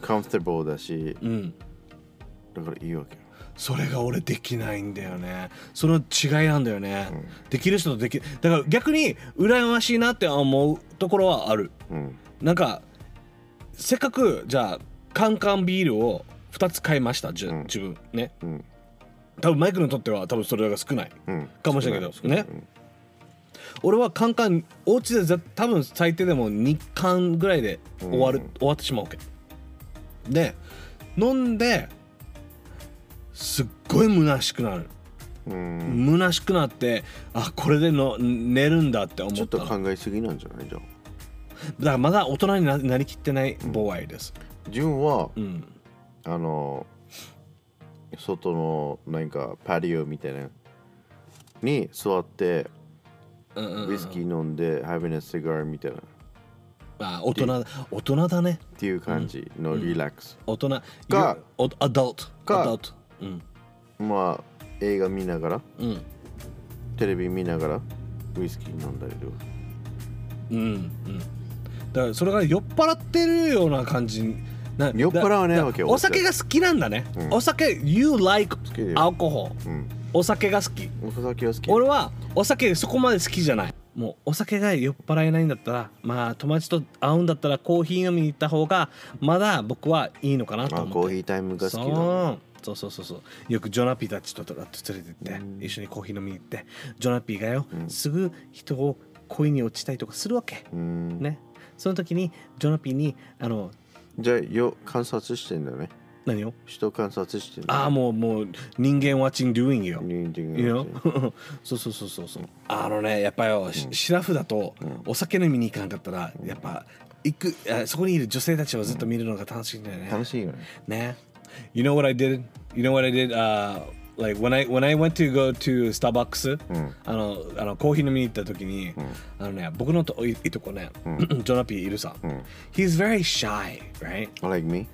B: カンフォーボーだし、
A: うん
B: だからいいわけよ。
A: それが俺できないんだよねその違いなんだよね、できる人とできだから逆に羨ましいなって思うところはある
B: うん。
A: なんかせっかくじゃあカンカンビールを2つ買いましたじゅ、
B: うん
A: 自分ね
B: うん。
A: 多分マイクにとっては多分それが少ない
B: うん。
A: かもしれないけど
B: 少な
A: ね俺はカンカンお家でざ多分最低でも2缶ぐらいで終わる、
B: うん
A: 終わってしまうわけで飲んですっごい虚しくなる
B: うん。うん
A: 虚しくなってあこれでの寝るんだって思った
B: ちょっと
A: の
B: 考えすぎなんじゃないじゃあ。
A: だからまだ大人にななりきってないボーイです
B: ジュンは、
A: うん
B: あの外のなんかパリオみたいなのに座って
A: うんうん
B: ウイスキー飲んで、having a cigar みたいなっ
A: まあ大人大人だね
B: ていう感じのリラックス、
A: 大人
B: か
A: おアダルト
B: か
A: アダルトうん
B: まあ映画見ながら
A: うん
B: テレビ見ながらウイスキー飲んだりとか
A: うんうんだからそれが酔っ払ってるような感じな
B: 酔っ払わない
A: だ
B: わけよ
A: だお酒が好きなんだね、
B: うん
A: お酒 You like
B: 好きだよ
A: alcohol
B: うん
A: お酒が好き
B: お酒は好き
A: 俺はお酒そこまで好きじゃないもうお酒が酔っ払えないんだったらまあ友達と会うんだったらコーヒー飲みに行った方がまだ僕はいいのかなと
B: あ
A: 思って
B: コーヒータイムが好きなの
A: そうそうそうそうそうよくジョナピーたちとかと連れて行っ
B: うん
A: て一緒にコーヒー飲みに行ってジョナピーがよ、
B: うん
A: すぐ人を恋に落ちたりとかするわけ
B: うん
A: ねその時にジョナピーにあの
B: じゃあよ観察してんだよね
A: 何を
B: 人観察してんだ
A: ああもうもう人間 watching doing よ、
B: 人間が
A: You know? そうそうそうそうそうあのねやっぱよ、しシラフだとお酒飲みに行かなかったらやっぱ行くあそこにいる女性たちをずっと見るのが楽しいんだよね、
B: 楽しいよね
A: Nah. You know what I did? You know what I did? Uh, like when I when I went to go to Starbucks、
B: ん
A: あのあのコーヒー飲みに行った時に、あのね僕のといいとこね、 ジョナピーいるさ、He's very shy, right?
B: like me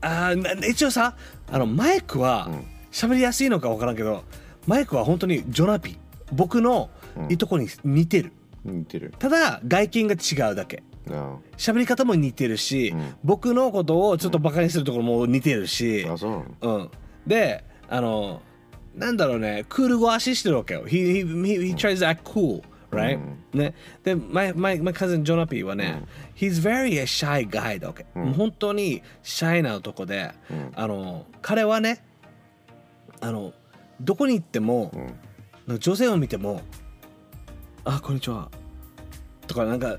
A: あーな一応さあのマイクは喋りやすいのか分からんけどマイクは本当にジョナピー僕のいとこに似てる、
B: 似てる
A: ただ外見が違うだけ
B: No
A: 喋り方も似てるし、僕のことをちょっとバカにするところも似てるし、
B: あそうなの
A: うん、であのなんだろうねクール語足してるわけよ he, he, he, he tries to act cool right、ねで my, my, my cousin ジョナピーはね、he's very a shy guy だわけ、もう本当にシャイな男で、あの彼はねあのどこに行っても、女性を見てもあこんにちはとかなんか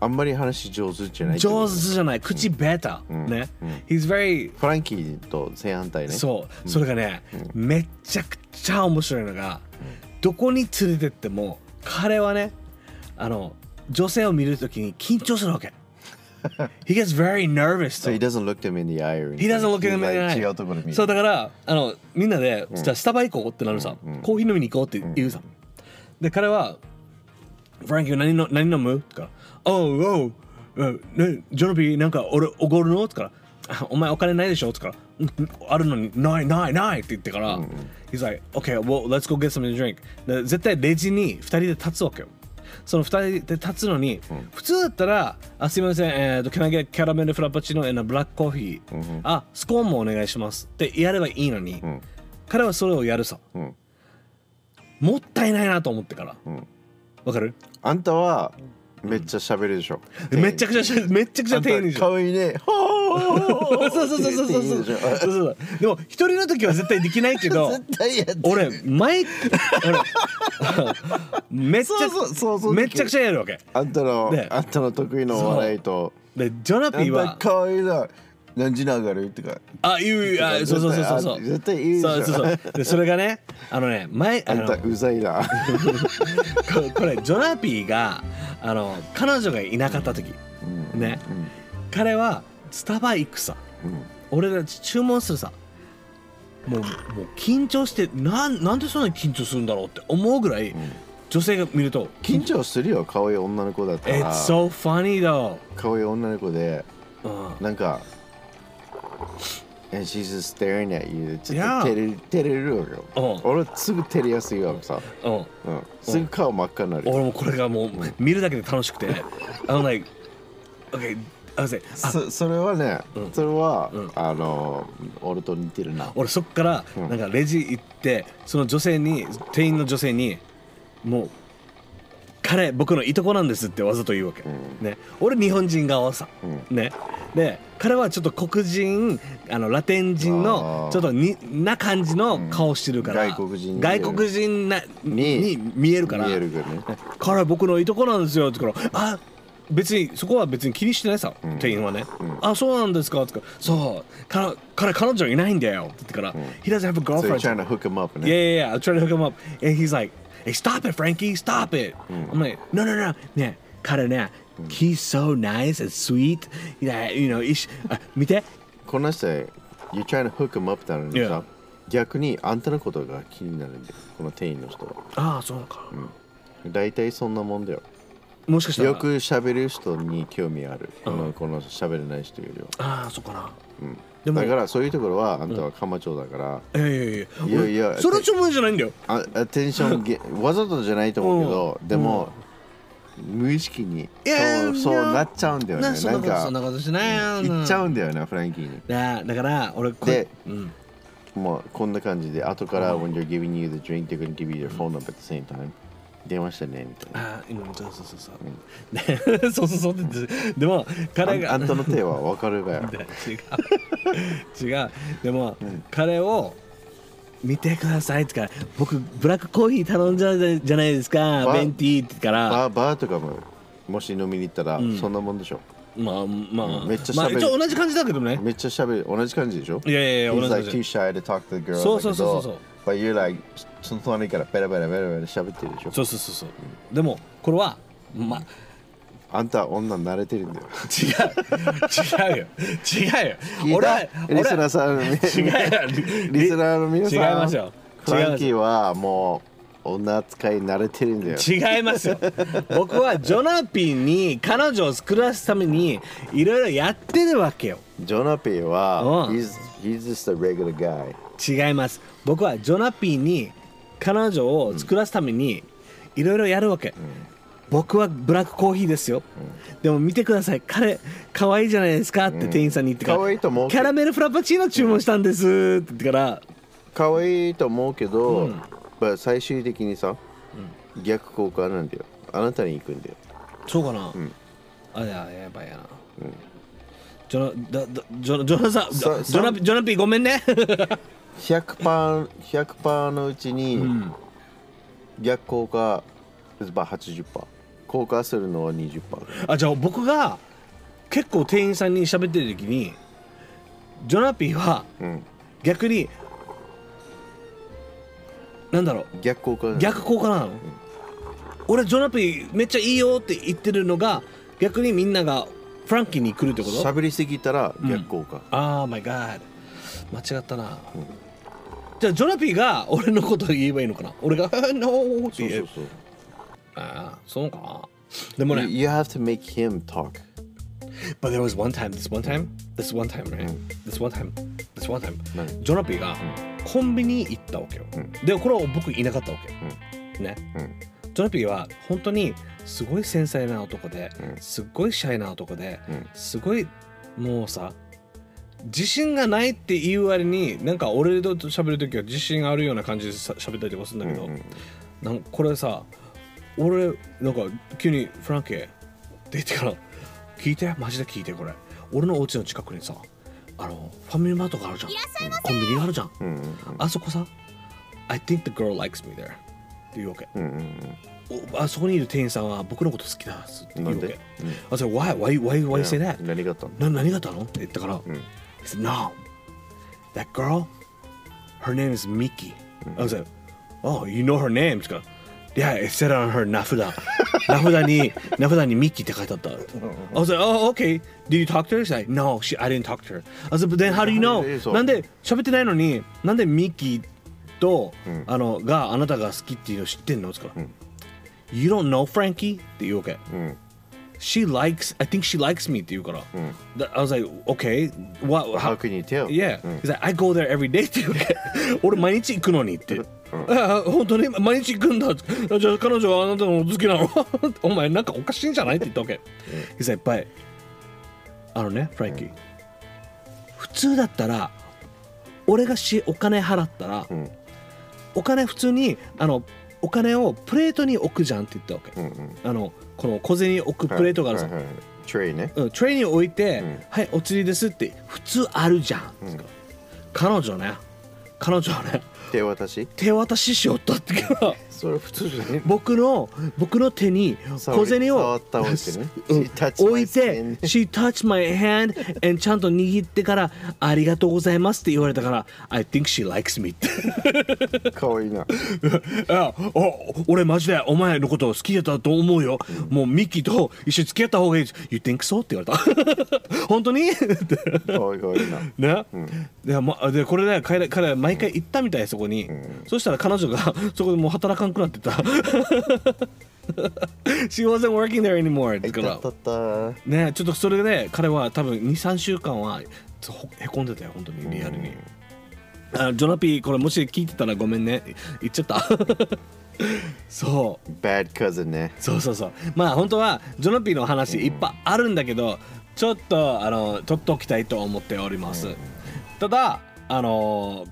B: あんまり話上手じゃない
A: 上手じゃない口ベタ、ね、he's very
B: フランキーと正反対ね
A: そうそれがね、めちゃくちゃ面白いのが、どこに連れてっても彼はねあの女性を見るときに緊張するわ け He gets very nervous
B: So he
A: と
B: doesn't look them in the eye or
A: He doesn't look at him in the
B: Like,
A: eye.
B: 違うところ見る
A: そうだからあのみんなで、じゃあスタバ行こうってなるさ、コーヒー飲みに行こうって言うさ、で彼は「フランキー何の何飲む?」とか「おうおううんねジョノビーなんか俺おごるの?」とか あ「お前お金ないでしょ?」とか「うんうんあるのにないないない」って言ってから、He's like okay well let's go get something to drink で絶対レジに2人で立つわけよその2人で立つのに、普通だったら「あすいません、えー、と Can I get caramel frappuccino and a black coffee、あスコーンもお願いします」ってやればいいのに、彼はそれをやるさ、
B: ん
A: もったいないなと思ってからわ、かる
B: あんたはめっちゃ喋るでしょ
A: めちゃくちゃしゃめちゃくちゃ丁寧じゃん
B: かわいいねほ
A: そうそうそうそうそうそうそうそうでも一人の時は絶対できないけど
B: 絶対やって
A: 俺前俺めっち
B: そうそうそうそ
A: ゃ
B: う
A: めっちゃくちゃやるわけ
B: あんたの、
A: ね
B: あんたの得意のお笑いと
A: でジョナピー
B: あんた
A: は
B: 可愛いな何時に上がるってか
A: あいういうあそうそうそうそうそう
B: 絶対あ絶対言うじゃ
A: そ
B: ん
A: うそうそうでそれがねあのね前
B: あ
A: あ
B: ん
A: の
B: たうざい な
A: こ これジョナピーがあの彼女がいなかった時
B: うん
A: ね彼はスタバ行くさ
B: うんうん
A: 俺たち注文するさもうもう緊張してなんなんでそんなに緊張するんだろうって思うぐらい
B: ん
A: 女性が見ると
B: 緊張するよ可愛い女の子だったら
A: It's so funny though、
B: 可愛い女の子で
A: うん、
B: なんか And she's just staring at you ちょっ
A: Yeah.
B: と照れる照れるよ
A: うん
B: 俺すぐ照れやすいわけさ、
A: うん、
B: うん、すぐ顔真っ赤になる
A: 俺もこれがもう見るだけで楽し くて I'm like okay I was like あ
B: そそれはね、
A: うん
B: それは、
A: うん
B: あの俺と似てるな
A: 俺そっから
B: うん
A: なんかレジ行ってその女性に店員の女性にもう彼僕のいとこなんですってわざと言うわけ、
B: ん
A: ね俺日本人側さ、
B: う
A: ねで彼はちょっと黒人あのラテン人の
B: あー
A: ちょっとにな感じの顔してるから、
B: うん外国人に
A: 外国人なに
B: に
A: 見えるから
B: 見えるけど ね
A: 彼僕のいとこなんですよ」って言うから「あ別にそこは別に気にしてないさ、
B: ん
A: 店員はね、
B: うん
A: あそうなんですか」って言うから「そう彼彼彼女いないんだよ」って言ってから「He doesn't have a
B: So you're
A: girlfriend」
B: trying to hook him up
A: Yeah,
B: ね
A: yeah, yeah. I'm trying to hook him up. And he's like, hey, stop it, Frankie. Stop it. I'm like, no, no, no. ねえ、彼ね、he's so nice and sweet. Yeah, you know, いしあ見て。
B: この人 You're trying to hook him up なのにさ、
A: Yeah
B: 逆にあんたのことが気になるんだよこの店員の人は
A: ああ、そうか。
B: 大体そんなもんだよ
A: もしかしたら。
B: よく喋る人に興味ある、このこの喋れない人よりは
A: ああ、そうかな。でも、
B: だからそういうところはあんたは鎌町だか
A: い
B: ら、
A: やいやいや。
B: いやいや
A: 俺それちょもんじゃないんだよ。
B: あアテン ションゲわざとじゃないと思うけど、
A: うん
B: でも、無意識に
A: いや
B: そうそうなっちゃうんだよね
A: なそんなこと、そんな
B: か
A: ことしないよ。
B: 言っちゃ
A: う
B: うんんだよねフランキーに
A: だ。だから、俺、こ
B: で
A: うん。
B: もうこんな感じで後から、when they're giving you the drink they're gonna give you your phone number at the same time 電話してねみたいな
A: ああ、今、そうそうそうそう。ね そうそうそうって言って。でも、
B: あ
A: 彼
B: ん
A: が。
B: あんたの手はわかるが よ
A: 違う違うでも、彼を見てくださいってから僕ブラックコーヒー頼んじゃうじゃないですか
B: バ
A: ベンティーってから
B: バーバーとかももし飲みに行ったら、そんなもんでしょ
A: まあまあ
B: うんめっちゃ喋る
A: まあ、一応同じ感じだけどね
B: めっちゃ喋る同じ感じでしょ
A: いやいやいや
B: He's
A: 同じ
B: like
A: 同
B: too
A: じ
B: shy to talk to the girl
A: そうそうそうそう
B: だけど But you're like その隣からベラベラベラベラ喋ってるでしょ
A: そうそうそうそうでもこれはま あ
B: あんたは女慣れてるんだよ。
A: 違う違うよ違うよ
B: 聞い
A: 俺
B: た
A: は俺
B: リスナー
A: は
B: さんの
A: 違う
B: リ
A: よ
B: リスナーの皆さん
A: 違いますよ
B: フランキーはもう女扱い慣れてるんだよ。
A: 違いますよ僕はジョナピーに彼女を作らすためにいろいろやってるわけよ
B: ジョナピーは、
A: うん
B: he's, he's just a regular guy。
A: 違います僕はジョナピーに彼女を作らすためにいろいろやるわけ、僕はブラックコーヒーですよ、でも見てください彼可愛いじゃないですかって店員さんに言ってから、
B: 可愛いと思うけ
A: キャラメルフラパチーノ注文したんですって言ってから
B: 可愛いと思うけど、but 最終的にさ、逆効果なんだよ。あなたに行くんだよ。
A: そうかな、あいややばいやな、ジョナだだジョナジョナさん
B: さ
A: ジョナピジョナピーごめんね
B: 100%, 100のうちに逆効果、まあ80%。効果するのは20%。
A: あじゃあ僕が結構店員さんに喋ってる時にジョナピーは
B: うん、
A: 逆になんだろ
B: 逆効果なん
A: う
B: だよ
A: 逆効果なの、俺ジョナピーめっちゃいいよって言ってるのが逆にみんながフランキーに来るってこと
B: 喋りすぎたら逆効果、
A: ああマイガー間違ったな、じゃあジョナピーが俺のことを言えばいいのかな俺 が「ノー」って
B: そう
A: 言
B: そううそう
A: ああそうかなでも
B: You,
A: ね
B: you have to make him talk
A: But there was one time, this one time, this one time, right? This one time, this one time.
B: 何
A: ジョナピーがコンビニ行ったわけよ。
B: うん
A: で、これは僕いなかったわけ。ね。ジョナピーは本当にすごい繊細な男で、
B: うん
A: すっごいシャイな男で、
B: うん
A: すごいもうさ、自信がないっていう割に、なんか俺と喋るときは自信あるような感じでさ喋ったりとかするんだけど、
B: うんうん
A: なんかこれさ俺なんか急に「フランケー」って言ってから「聞いてマジで聞いてこれ俺のお家の近くにさあのファミリーマートがあるじゃん
D: いらっしゃいませ
A: コンビニがあるじゃん
B: うんうん
A: あそこさ I think the girl likes me there っていうわけ
B: うんうんうん
A: おあそこにいる店員さんは僕のこと好きだっすって
B: うん
A: 言う
B: な
A: んわ
B: で
A: けあそれ why why why
B: うん
A: why say that
B: 何があったの
A: な何があったのって言ったから、
B: うん
A: He said, No. That girl, her name is Miki. I was like, Oh, you know her name? She's going, Yeah, it said on her 名札。名札に、名札に Miki って書いてあった。I was like, Oh, okay. Did you talk to her? She's like, No, she, I didn't talk to her. I was like, But then how do you
B: なんで
A: know?
B: そう
A: なんで喋ってないのに、なんで Miki と、
B: うん
A: あの、があなたが好きっていうの知ってんのって言うから、
B: うん
A: You don't know Frankie? って言うわけ。
B: うん、
A: She likes, I think she likes me って言うから。
B: うん、
A: That- I was like, okay, what, how,
B: 把握に手を。
A: yeah.
B: うん
A: He's like, I go there every day って言うわけ 俺毎日行くのにって。あ あ本当に毎日行くんだ。じゃあ彼女はあなたのこと好きなの お前なんかおかしいんじゃないって言ったわけ。He's like, but あのね、フランキー。普通だったら、俺がしお金払ったら、
B: うん
A: お金普通にあのお金をプレートに置くじゃんって言ったわけ。
B: うんうん
A: あのこの小銭置くプレートがあるさ。
B: はいはいはいトレイね。
A: うん、トレイに置いて、
B: うん
A: はいお釣りですって普通あるじゃん、
B: ん
A: 彼女ね彼女はね
B: 手渡し
A: 手渡ししよったって から
B: それ普通じゃ ね
A: 僕の僕の手に小銭
B: 触
A: を。
B: ったわけね
A: うん
B: 血立ち
A: 置い
B: ます
A: て
B: ね
A: 「She touched my hand and ちゃんと握ってから「ありがとうございます」って言われたから「I think she likes me」って
B: かわいいな。
A: あお俺マジでお前のこと好きだったと思うよ、もうミキと一緒に付き合った方がいい「You think so?」って言われた 本当にって
B: かわいいかわ いいな。
A: ね、で,、ま、でこれね彼ら彼ら毎回行ったみたいそこに、そしたら彼女がそこでもう働かんくなってた She wasn't working there anymore
B: え
A: だ
B: い
A: か
B: たた
A: ら
B: た。
A: ねちょっとそれで、ね、彼は多分23週間はほへこんでたよ本当にリアルに、あジョナピーこれもし聞いてたらごめんね言っちゃった そう
B: Bad cousin ね。
A: そうそうそうまあ本当はジョナピーの話いっぱいあるんだけど、ちょっとあの取っておきたいと思っております、ただあの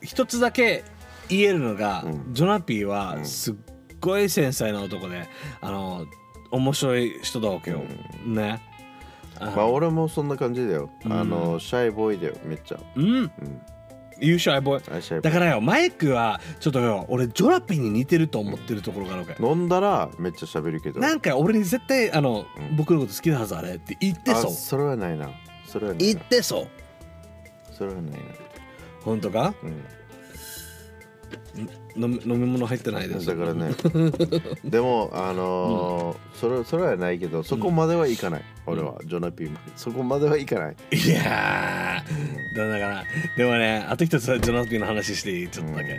A: 一つだけ言えるのが、
B: うん
A: ジョナピーはすっごい繊細な男であの面白い人だわけよ、ねあ
B: まあ俺もそんな感じだよ。
A: うん
B: あの、シャイボーイだよ、めっちゃ。
A: うん
B: うん。
A: 優勝ボーイ
B: あシャイボ
A: だ
B: ーイ
A: からよマイクはちょっとよ俺ジョナピーに似てると思ってるところがあるわけ、
B: 飲んだらめっちゃ喋るけど。
A: なんか俺に絶対あの、
B: うん
A: 僕のこと好きなはずあれって言って
B: あ
A: そう
B: それはないな。それはない
A: 言
B: な
A: っ。てそう
B: それはないな。
A: 本当か
B: うん。
A: 飲み飲み物入ってないです
B: だか らねでもあのーそれそれはないけどそこまではいかない、俺はジョナピーもそこまではいかない
A: いやーだからでもねあと一つジョナピーの話していいちょっとだけ、
B: うん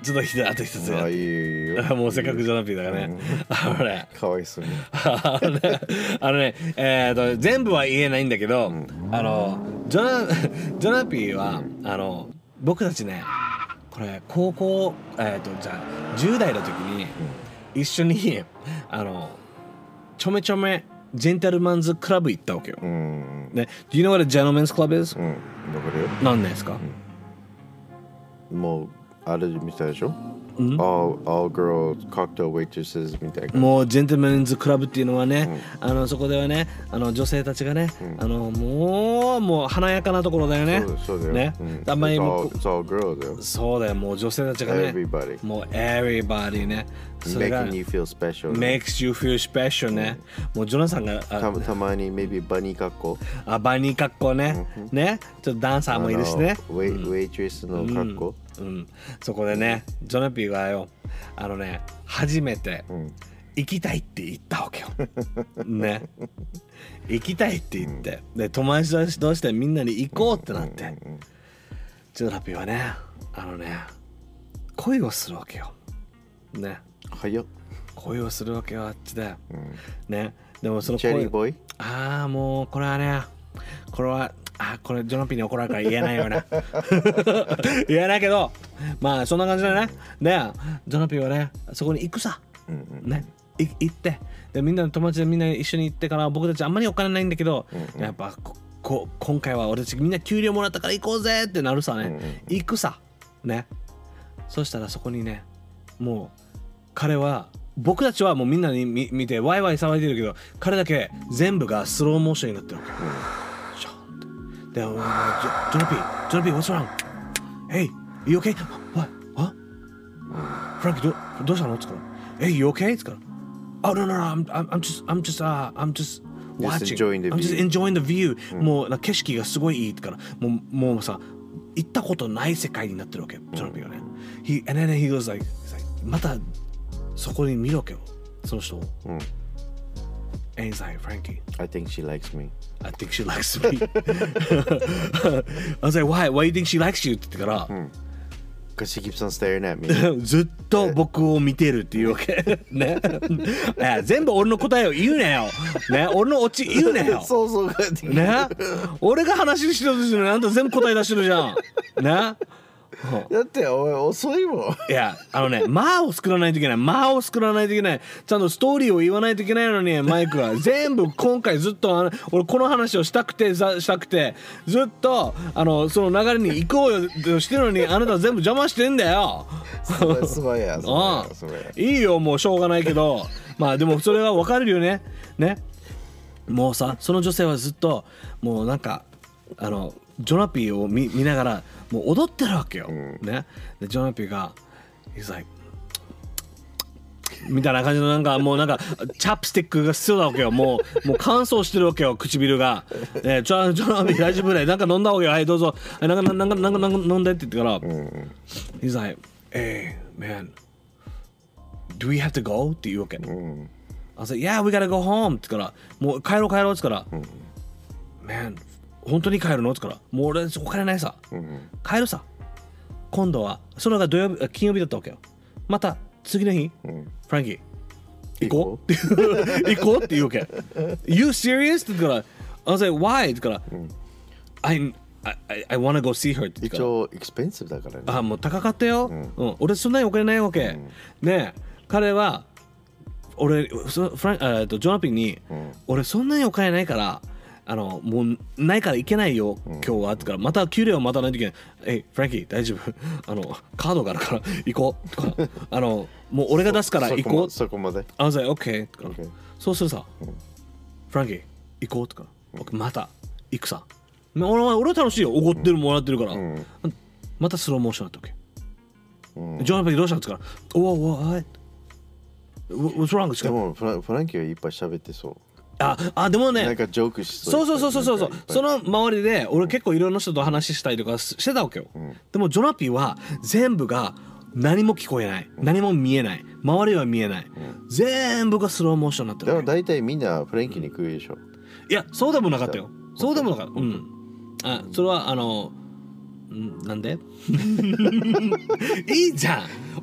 A: ちょっとひとあと一つ
B: ああいいよいい よ
A: もうせっかくジョナピーだからね、あのね
B: かわいそうに
A: あのねあのねえー、と全部は言えないんだけど、あのジョナジョナピーは、あの僕たちねこれ高校えっ、とじゃあ10代の時に一緒にあのちょめちょめジェンタルマンズクラブ行ったわけよ、
B: うん
A: ね、Do you know what a gentleman's club is?
B: うんだからよ
A: 何ですか、
B: もうあれ見たでしょ、
A: うん
B: all, all girls cocktail waitresses みたいな
A: もうジェントルマンズクラブっていうのはね、あのそこではねあの女性たちがね、あのもうもう華やかなところだよね
B: そうだよそうだよ、
A: ね
B: うん、
A: あんまり
B: it's
A: も
B: all,
A: う
B: it's all girls だよ
A: そうだよもう女性たちがね
B: everybody
A: もう everybody ねそれが
B: making you feel special
A: makes you feel special ね、もうジョナさんがあ
B: たたまに maybe バニー格好
A: あバニー格好ね、ねちょっとダンサーもいるしね
B: あのウェイ、ウェイトレスの格好、
A: うん、そこでねジョナピーがよあのね初めて
B: ん
A: 行きたいって言ったわけよ。 ね行きたいって言って、で友達同士同士でみんなに行こうってなって、ジョナピーはねあのね恋をするわけよ。ね
B: 早っ、
A: 恋をするわけよあっちで。
B: うん
A: ねでもその
B: チェ
A: 恋
B: リーボーイ
A: ああもうこれはねこれはあーこれジョナピーに怒られるから言えないよね 言えないけどまあそんな感じだねねジョナピーはねそこに行くさねい行ってでみんなの友達でみんな一緒に行ってから僕たちあんまりお金ないんだけど、やっぱここ今回は俺たちみんな給料もらったから行こうぜってなるさね、行くさねそしたらそこにねもう彼は僕たちはもうみんなに見見てワイワイ騒いでるけど彼だけ全部がスローモーションになってるわけで、uh, J- Jonopy, Jonopy, what's wrong? Hey, you okay? What? Huh? Frankie, どどうしたのっつうから Hey, you okay? っつうから Oh, no, no, no, I'm, I'm, I'm just, I'm just, uh, I'm just watching.
B: enjoying the
A: I'm just
B: view.
A: enjoying the view. もう、な景色がすごいいいってから、もう、もうさ、行ったことない世界になってるわけ、Jonopy がね。He, and then he goes like, he's like またそこに見ろけよ、その人を。
B: うん
A: And he's like, Frankie.
B: I think she likes me.
A: I think she likes me. I was like, why? Why do you think she likes you? って言ってから、
B: Because she keeps on staring at me.
A: ずっと僕を見てるっていうわけ。 ね。ね全部俺の答えを言うなよ。ね。俺のオチ言うな よ。
B: 想像ができない。
A: ね。俺が話しようとしてるのにあんた全部答え出してるじゃん。ね。
B: だって、おい、遅いもん。
A: いや、あのね、間を作らないといけない。間を作らないといけない。ちゃんとストーリーを言わないといけないのに、マイクは。全部今回ずっと、あの俺この話をしたくて、ざしたくて、ずっと、あの、その流れに行こうよとしてるのに、あなた全部邪魔してんだよ。
B: すごい、すごい や、すごい
A: うん
B: や、それ。
A: いいよ、もうしょうがないけど。 まあでもそれはわかるよね。ね。もうさ、その女性はずっと、もうなんか、あの、ジョナピーを見見ながら、もう踊ってるわけよ。ね。で、ジョナピーが、He's like, みたいな感じのなんかもうなんかチャップスティックが必要なわけよもうもう乾燥してるわけよ唇が「えー、ちょちょ大丈夫だよなんか飲んだわけよはいどうぞはいなんかなんかなんかなんか飲んで」って言ってから「He's like, hey, man, do we have to go? って言うわけ。I was like, yeah, we gotta go home. って言うから、もう帰ろう帰ろうって言うから、man, 本当に帰るのって言うから、もう俺お金ないさ。帰るさ。今度は、それが土曜日、あ金曜日だったわけよ。また次の日、フランキー、行こうっていう行こうって言うわけ。You serious? って言うから、I was like, why? って言うから、I, I, I wanna go see her って言うか
B: 一
A: ら。
B: 応、エクスペンシブだからね。
A: あもう高かったよ、うん俺そんなにお金ないわけ、ねえ彼は俺そフランあえっとジョナピンに、俺そんなにお金ないからあのもうないから行けないよ今日はってからまた給料またないといけない「えフランキー大丈夫 あのカードがあるから行こう」とか「あのもう俺が出すから
B: そ
A: 行
B: こ
A: こう」
B: まそこまで。
A: I was like, okay. とか
B: Okay.
A: そうするさ、フランキー、行こうとか、また、行くさ。まあ俺は俺は楽しいよ、おごってる、もらってるから。またスローモーションだったわけ。ジョナピーどうしたんですから、おおおお、あい What's wrong? です
B: で
A: か
B: も、フランフランキーはいっぱい喋ってそ
A: あ、あ、でも
B: う。なん
A: ね、
B: かジョークし
A: そうそうそうそうそうそう
B: なんかいっぱい
A: その周りで俺結構いろんな人と話したりとかしてたわけよ、でもジョナピーは全部が何も聞こえない、何も見えない周りは見えない、全部がスローモーションになってる
B: で
A: わけ
B: も大体みんなフランキーに来るでしょ。
A: いや、そうでもなかったよ。そうでもなかった。うん。あ、それは、あの、んなん でいいじゃん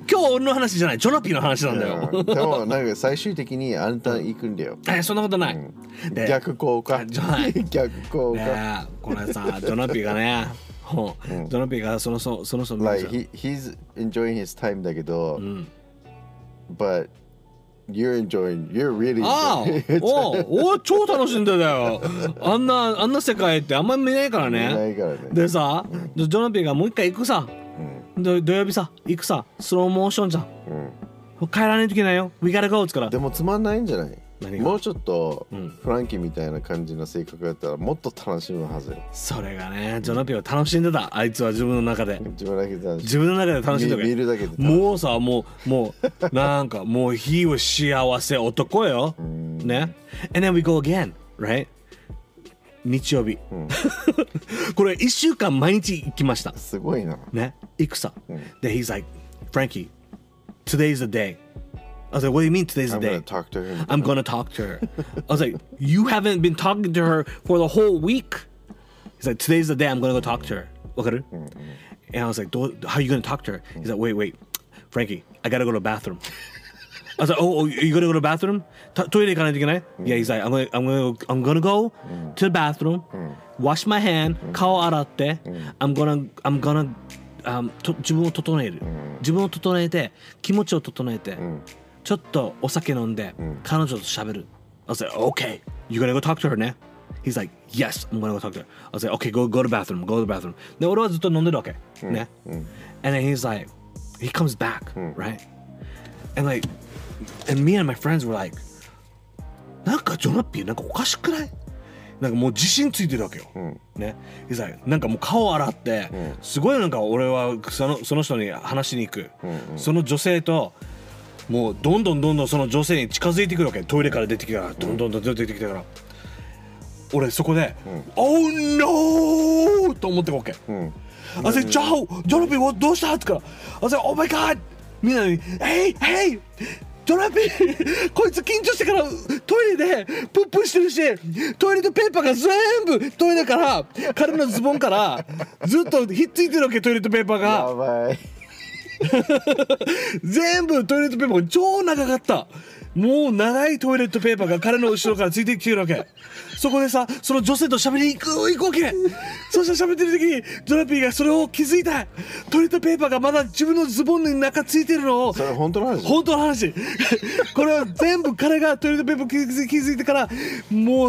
A: 今日俺の話じゃない、ジョナピーの話なんだ
B: う
A: よ
B: ん。でもなんか最終的にあんた行くんだよ。
A: え、そんなことない。で
B: 逆効果
A: あじゃない
B: 逆効
A: ねえ
B: 果
A: これ さ、ジョナピーがね、ほうジョナピーがそのそそのその
B: like he, he's enjoying his time だけど、
A: ん
B: but you're enjoying you're really
A: ああ
B: enjoying
A: おうおう超楽しんでたよあんなあんな世界ってあんま見ないからね
B: 見ないからね
A: でさでジョナピーがもう一回行くさ、で土曜日さ行くさスローモーションじゃん、帰らないといけないよ We gotta go っつうから
B: でもつまんないんじゃない
A: 何が
B: もうちょっと
A: ん
B: フランキーみたいな感じの性格だったらもっと楽しむはずよ
A: それがねジョナピーは楽しんでたあいつは自分の中で
B: 自分だけ楽し
A: 自分の中で楽しんでた
B: 見見るだけで楽しい
A: もうさもうもうなんかもう He was 幸せ男よね And then we go again right 日曜日、 これ1週間毎日行きました
B: すごいな
A: ね、行くさ。で、he's like, Frankie, today's the day. I was like, what do you mean today's the
B: I'm
A: day?
B: gonna talk to him
A: I'm gonna talk to her. I was like, you haven't been talking to her for the whole week. He's like, today's the day I'm gonna go talk to her. わかる And I was like, "Do- how are you gonna talk to her? He's like, wait, wait, Frankie, I gotta go to the bathroom. I was like, oh, oh, you gonna go to the bathroom? To- トイレ行かないといけない Yeah, he's like, I'm gonna, I'm gonna, I'm gonna go to the bathroom, wash my hand, 顔洗って、I'm gonna, I'm gonna, um, と自分を整える。自分を整えて、気持ちを整えて、ちょっとお酒飲んで、彼女と喋る。I was like, okay, you gonna go talk to her ね。He's like, yes, I'm gonna go talk to her. I was like, okay, go, go to the bathroom, go to the bathroom. で、俺はずっと飲んでるわけ。ね。And then he's like, he comes back, right? And like, and me and my friends were like, なんかジョナッピーなんかおかしくないなんかもう自信ついてるわけよ。
B: うん
A: ね、いざなんかもう顔洗って、
B: うん
A: すごいなんか俺はそのその人に話しに行く、
B: うんうん
A: その女性ともうどんどんどんどんその女性に近づいてくるわけトイレから出てきたからどんどんどんどん出てきたから俺そこで「Oh no!」と思ってるわけ。
B: うん
A: I said, Joe, Jonapi, what do that? I said, oh my god! みんなに、hey, hey! ジョナピー こいつ緊張してからトイレでプップンしてるしトイレットペーパーが全部トイレから彼のズボンからずっとひっついてるわけトイレットペーパー
B: や
A: が
B: ばい
A: 全部トイレットペーパーが超長かったもう長いトイレットペーパーが彼の後ろからついてきてるわけそこでさその女性と喋りに行く行くわけそして喋ってる時にジョナピーがそれを気づいたトイレットペーパーがまだ自分のズボンの中ついてるのを
B: それ本当の話
A: 本当の話これは全部彼がトイレットペーパー気づ気づいてからもう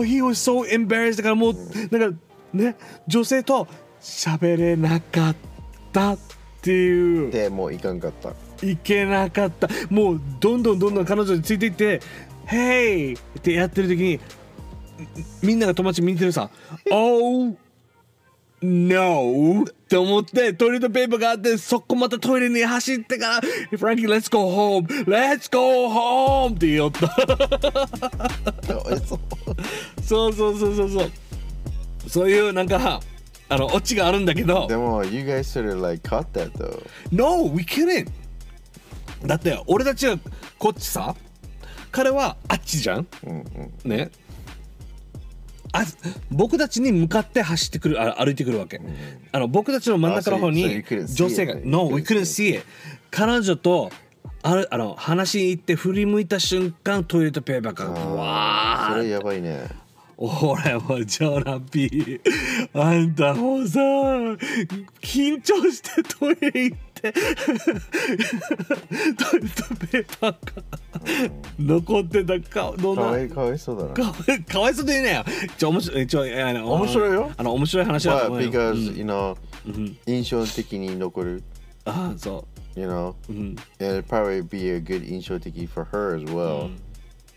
A: he was so embarrassed だからもうなんかね女性と喋れなかったっていう
B: でもういかんか った
A: いけなかったもうどんどんどんどん彼女についていって「Hey!」ってやってる時にみみんなが友達見てるさ「Oh no!」って思ってトイレットペーパーがあってそこまたトイレに走ってから「フランキー let's go home! let's go home!」って言おった
B: かわいそう
A: そうそうそうそうそうそういうなんかあのオチがあるんだけど
B: でも you guys should have like caught that though
A: No, we couldn't! だって俺たちはこっちさ彼はあっちじゃん
B: うんうん
A: ねあ僕たちに向かって走ってくるあ歩いてくるわけ、あの僕たちの真ん中の方
B: あそう
A: に
B: so you couldn't see
A: 女性が
B: it, right?
A: No
B: You
A: we couldn't
B: couldn't
A: see it 彼女とあるあの話しに行って振り向いた瞬間トイレットペーパーがブ
B: そ
A: ワー
B: れやばいね
A: 俺はジョラピーあんたもうさ緊張してトイレ行って トイレットペーパーが残ってた顔どう
B: か
A: だ
B: わいかわいそうだな
A: かわい かわいそうで言うなよ。ちょ、面白い、ちょ、あの、
B: 面白いよ
A: あの、面白い話だと
B: But
A: 思うよ。
B: because you know
A: うん、
B: 印象的に残る
A: ああ、そ
B: you know
A: う。うん。
B: and it'd probably be a good 印象的 for her as well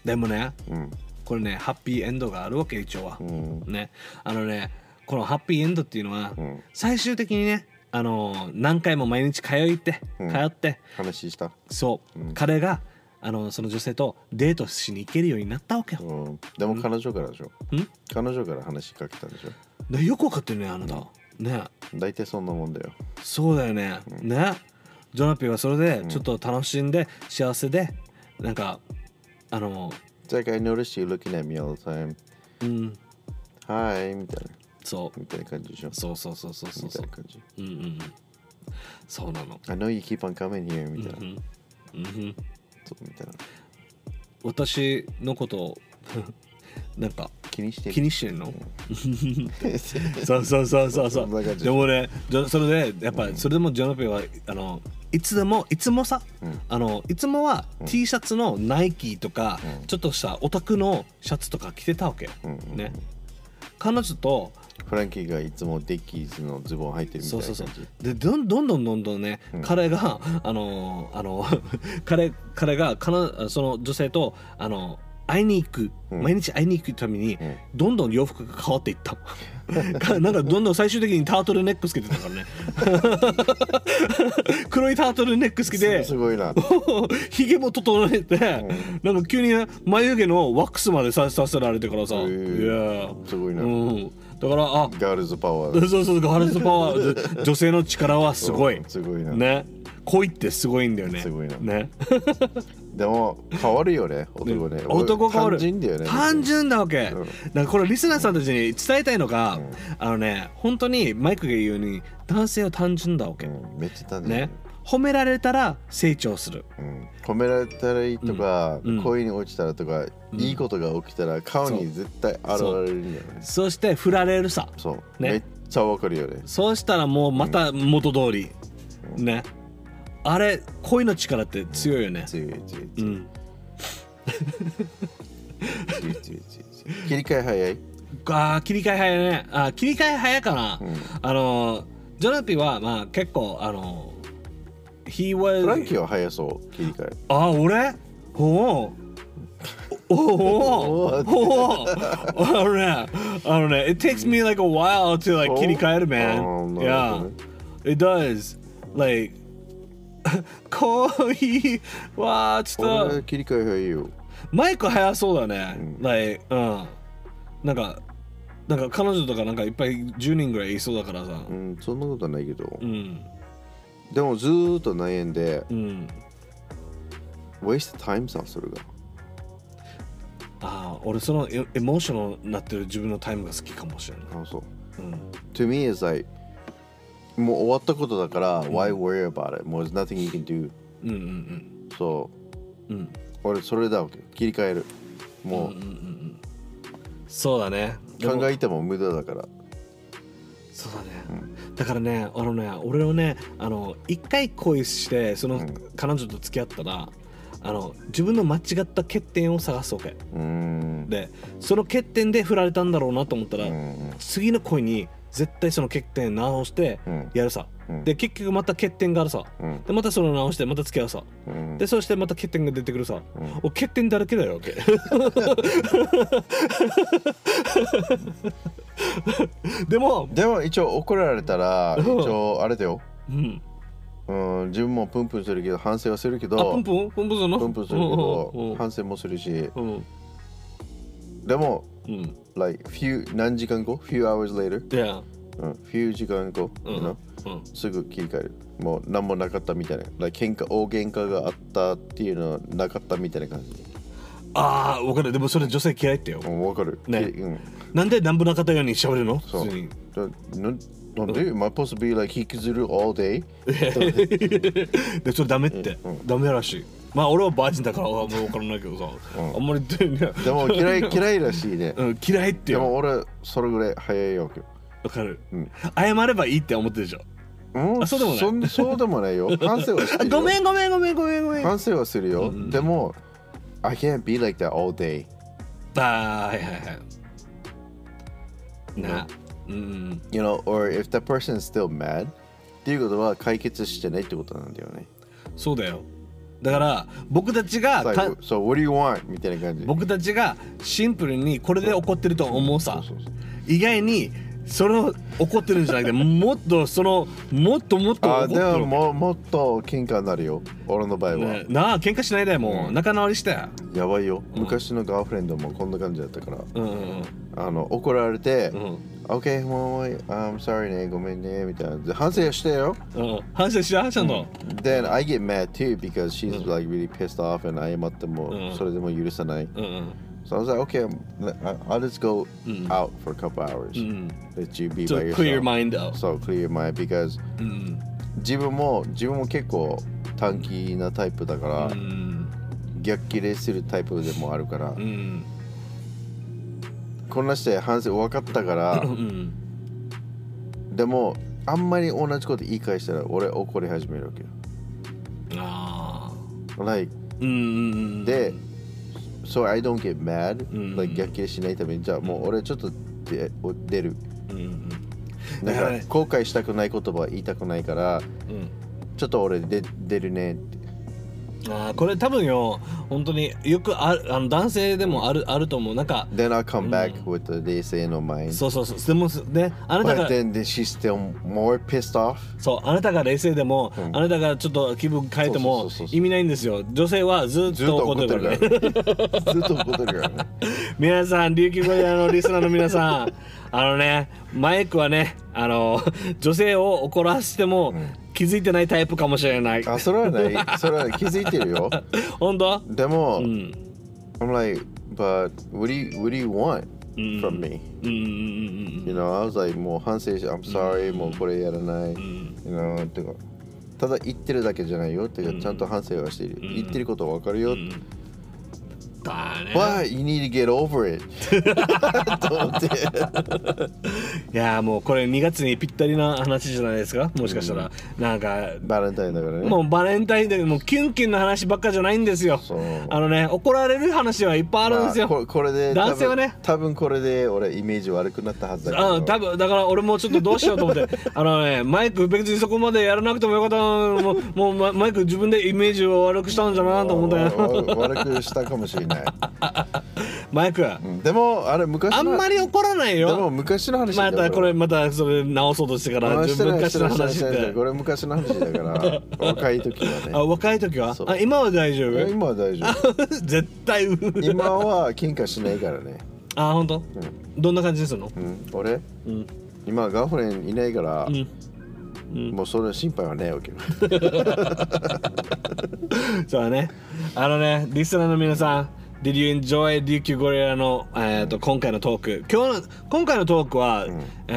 A: でもね、
B: うん
A: これね、ハッピーエンドがあるわけ、一応は
B: う。ん
A: ね、あのね、このハッピーエンドっていうのは、
B: うん
A: 最終的にね、あの、何回も毎日通いって、
B: うん
A: 通って、
B: 話した
A: そう、
B: うん
A: 彼が、あの、その女性とデートしに行けるようになったわけよ。
B: うんでも彼女からでしょ
A: うん
B: 彼女から話しかけたんでしょ
A: でよくわかってるね、あなた。ね。
B: 大体そんなもんだよ
A: そうだよね。ね。ジョナピーはそれでちょっと楽しんで幸せでなんかあの
B: It's like I noticed you looking at me all the time
A: うん
B: Hi みたいな
A: そう
B: みたいな感じでしょ
A: そうそうそうそうそ
B: み
A: う
B: た
A: そ
B: いうな感じ
A: うんうんうんそうなの
B: I know you keep on coming here みたいな
A: うんうんうん
B: そうみたいな
A: 私のこと をなんか
B: 気にしてる
A: 気にしてんのそうそうそうそうそ
B: そんな感
A: う
B: じ
A: でもねジョそれでやっぱそれでもジョナピーはあのいつでもいつもさ、
B: うん
A: あのいつもは T シャツのナイキとか、
B: うん
A: ちょっとしたオタクのシャツとか着てたわけよ、
B: うんうんうん
A: ね彼女と
B: フランキーがいつもデッキーズのズボン履いてるみた
A: そ
B: いうな
A: そ
B: 感
A: う
B: じ
A: そうでどんどんどんどんどんね、
B: うん
A: 彼があのあの 彼彼が彼女その女性とあの会いに行く、
B: うん
A: 毎日会いに行くために、
B: うん
A: どんどん洋服が変わっていった かなんかどんどん最終的にタートルネックつけてたからね 黒いタートルネックつけて
B: すすごいな
A: ひげも整えて、なんか急に眉毛のワックスまでささせられてからさ、
B: へー
A: いやー
B: すごいな
A: うん、だからあ
B: ガールズパワ
A: そう
B: ー
A: そうそうガールズパワーず女性の力はすごい
B: うんすごいな
A: ね恋ってすごいんだよね
B: すごいな
A: ね
B: でも変わるよね男ね
A: 男変わる
B: 単純だよね
A: 単純なわけ、
B: うん
A: なんかこれリスナーさんたちに伝えたいのが、
B: うん
A: あのね本当にマイクが言うように男性は単純だわけ、
B: うんめっちゃ単純
A: ね褒められたら成長する
B: うん褒められたらいいとか、
A: うんうん
B: 恋に落ちたらとか、
A: ん
B: いいことが起きたら顔に絶対現れるんだよね
A: そして振られるさ
B: そう
A: ね
B: めっちゃわかるよね
A: そうしたらもうまた元通り、ねあれ恋の力って強いよね
B: 強い強いう強い
A: ん
B: 強い強い強い強い切り替え早い
A: あー切り替え早いねあー切り替え早いかな、
B: うん
A: あのージョナピーはまあ結構あのー He was
B: フランキーは早そう切り替え
A: あー俺ほうおお
B: お
A: おおあのねあのね It takes me like a while to like
B: お
A: 切り替える
B: あー
A: man
B: なるほ
A: Yeah
B: どね
A: It does Like コーヒーわーちょっ
B: 俺
A: と
B: 切り替えがいいよ
A: マイク早そうだね
B: うん
A: Like うんなんかなんか彼女とかなんかいっぱい10人ぐらいいそうだからさ
B: うんそんなことはないけど、
A: うん
B: でもずーっと悩んで
A: うん
B: ウェイストタイムさんそれが
A: ああ俺そのエエモーショナルになってる自分のタイムが好きかもしれない、
B: あそう
A: うん、
B: To me is like もう終わったことだから、Why worry about it? もう there's nothing you can do
A: うんうん
B: そ
A: うんうん
B: う俺それだわけ切り替えるも
A: うんうんうんそうだね
B: う
A: でも
B: 考えても無駄だから
A: そうだね、だからねあのね俺をねあの一回恋してその、
B: うん
A: 彼女と付き合ったらあの自分の間違った欠点を探すわけ
B: うーん
A: でその欠点で振られたんだろうなと思った
B: う
A: ら、
B: ん
A: 次の恋に絶対その欠点直して
B: うん
A: やるさ、
B: うん
A: で結局また欠点があるさ
B: うん
A: でまたその直してまた付き合うさ
B: うん
A: でそしてまた欠点が出てくるさ、
B: うん
A: お欠点だらけだよ OK でも、
B: でも一応怒られたら
A: う
B: 一
A: ん
B: 応あれだよ、
A: うん、
B: うん、自分もプンプンするけど反省はするけ
A: あ
B: ど
A: プンプンプンプンするの
B: プンプンするけ
A: うんうんう
B: ど
A: ん
B: 反省もするし
A: うん
B: でも
A: うん、
B: like few 何時間後 few hours later、
A: いや、
B: うん、few 時間後、
A: うん
B: you know
A: うん、
B: すぐ切り替えるもう何もなかったみたいな、like、喧嘩大喧嘩があったっていうのはなかったみたいな感じ
A: ああ分かるでもそれ女性嫌いってよ
B: もう分かる、
A: ね
B: きうん
A: なんでなんぶなかったように喋るの
B: そう
A: 普通に
B: だななんで、まあ possibly like 引きずる all day
A: でそれダメって、ダメらしいまあ俺はバージンだからあんまり分からないけどさ、
B: うん
A: あんまり言ってね
B: でも 嫌い嫌いらしいね
A: うん、嫌いって
B: で
A: よ
B: も俺それぐらい早いわけよ
A: 分かる、
B: うん
A: 謝ればいいって思ってるでしょ
B: うん
A: あそうでもない
B: そんそうでもないよ反省はして
A: あ
B: るよ
A: ごめんごめんごめんごめんごめん
B: 反省はするよ、
A: うんうん
B: でも I can't be like that all day
A: あーはいはいはい。な、うん、
B: you know or if that person is still mad っていうことは解決してないってことなんだよね
A: そうだよ。だから僕たちが
B: 最
A: た
B: 後 So what do you want? みたいな感じ
A: 僕たちがシンプルにこれで怒ってると思うさ
B: そうそうそう。
A: 意外にその怒ってるんじゃなくてもっとそのもっともっと怒
B: あ
A: って
B: で
A: るわ
B: も
A: け
B: ももっと喧嘩になるよ俺の場合は、
A: ねなあ喧嘩しないでもう仲直りして。
B: やばいよ、
A: うん
B: 昔のガーフレンドもこんな感じだったから
A: うんうん
B: あの怒られて、
A: うん
B: OK もう I'm sorry ねごめんねみたいなで反省してよ
A: うんうん反省しなちゃんと。
B: Then I get mad too because she's like really pissed off and 謝って
A: う
B: も
A: ん
B: それでも許さない、
A: うんうん
B: So I was like okay I'm- I'll just go
A: うん
B: out for a couple
A: う
B: hours
A: ん。
B: let you be
A: ちょ
B: by
A: っ
B: yourself
A: と clear mind out。
B: So clear your mind because
A: うん
B: 自分も自分も結構短気なタイプだか
A: う
B: ら、
A: ん
B: 逆切れするタイプでもあるから、
A: うん
B: こんなして反省分かったか
A: う
B: ら
A: ん。
B: でもあんまり同じこと言い返したら俺怒り始めるわけよ。
A: ああ。
B: Like,
A: うんうんうん。
B: で、so I don't get mad、
A: うん
B: like 逆切れしないためにじゃあもう俺ちょっとで 出る。
A: うんうんだ
B: なん
A: から
B: か
A: ね
B: 後悔したくない言葉は言いたくないから
A: うんうん。
B: ちょっと俺で出るねって。
A: あーこれ多分よ本当によくあるあの男性でもあるあると思うなんか
B: Then I come back with the day say no mind.
A: そうそうそうでもねあなた
B: But
A: が
B: then, then she's still more pissed off.
A: そうあなたが冷静でも、
B: うん
A: あなたがちょっと気分変えて
B: そ
A: も
B: うそうそうそう
A: 意味ないんですよ女性はずっ
B: ずっと
A: と怒っ
B: 怒ってて
A: るからね
B: るから。ずっと怒ってるからね。
A: 皆さん琉球ゴリラのリスナーの皆さ んあのねマイクはねあの女性を怒らせても気づいてないタイプかもしれない、
B: あ、それはない。それは気づいてるよ。
A: 本当
B: でも、
A: うん、
B: I'm like, but what do you what do you want from me?
A: うんうんうんう
B: You
A: ん
B: know, I was like もう反省し、I'm sorry、もうこれやらない。
A: う
B: You
A: ん
B: know, てか。ただ言ってるだけじゃないよってか、ちゃんと反省はしている。言ってることわかるよ。
A: だね
B: But you need to get over it. と思って。
A: いやーもうこれ2月にぴったりな話じゃないですかもしかしたら、なんか
B: バレンタインだからね。
A: もうバレンタインデーもうキュンキュンの話ばっかじゃないんですよ
B: そう
A: あのね怒られる話はいっぱいあるんですよ、
B: まあここれで
A: 男性はね
B: 多分多分これで俺イメージ悪くなったはずだけど。
A: うん、多分だから俺もちょっとどうしようと思ってあのねマイク別にそこまでやらなくてもよかったのにもうもうママイク自分でイメージを悪くしたんじゃなと思ったよ
B: わわ悪くしたかもしれないない、
A: マイクは
B: うんでもあれ昔の
A: あんまり怒らない
B: で
A: よ
B: も昔の話だ
A: ま
B: よ
A: たこれまたそれ直そうとしてから
B: あしてない
A: 昔の話っ
B: してないしてない
A: て
B: これ昔の話だから若い時
A: あ
B: は
A: 若い時は
B: そう
A: あ今は大丈
B: ね
A: 夫
B: 今は大丈
A: 絶対う
B: 夫今は喧嘩しないからね、
A: あ本当
B: う
A: どんな感じです るの
B: うん、俺
A: うん
B: 今ガーフレンいないから、
A: うんうん
B: もうそれ心配はないわけよ
A: そうだね。あのね、リスナーの皆さん、Did you enjoy DQ ゴリラの、えー、と今回のトーク今日の今回のトークは、
B: ん
A: え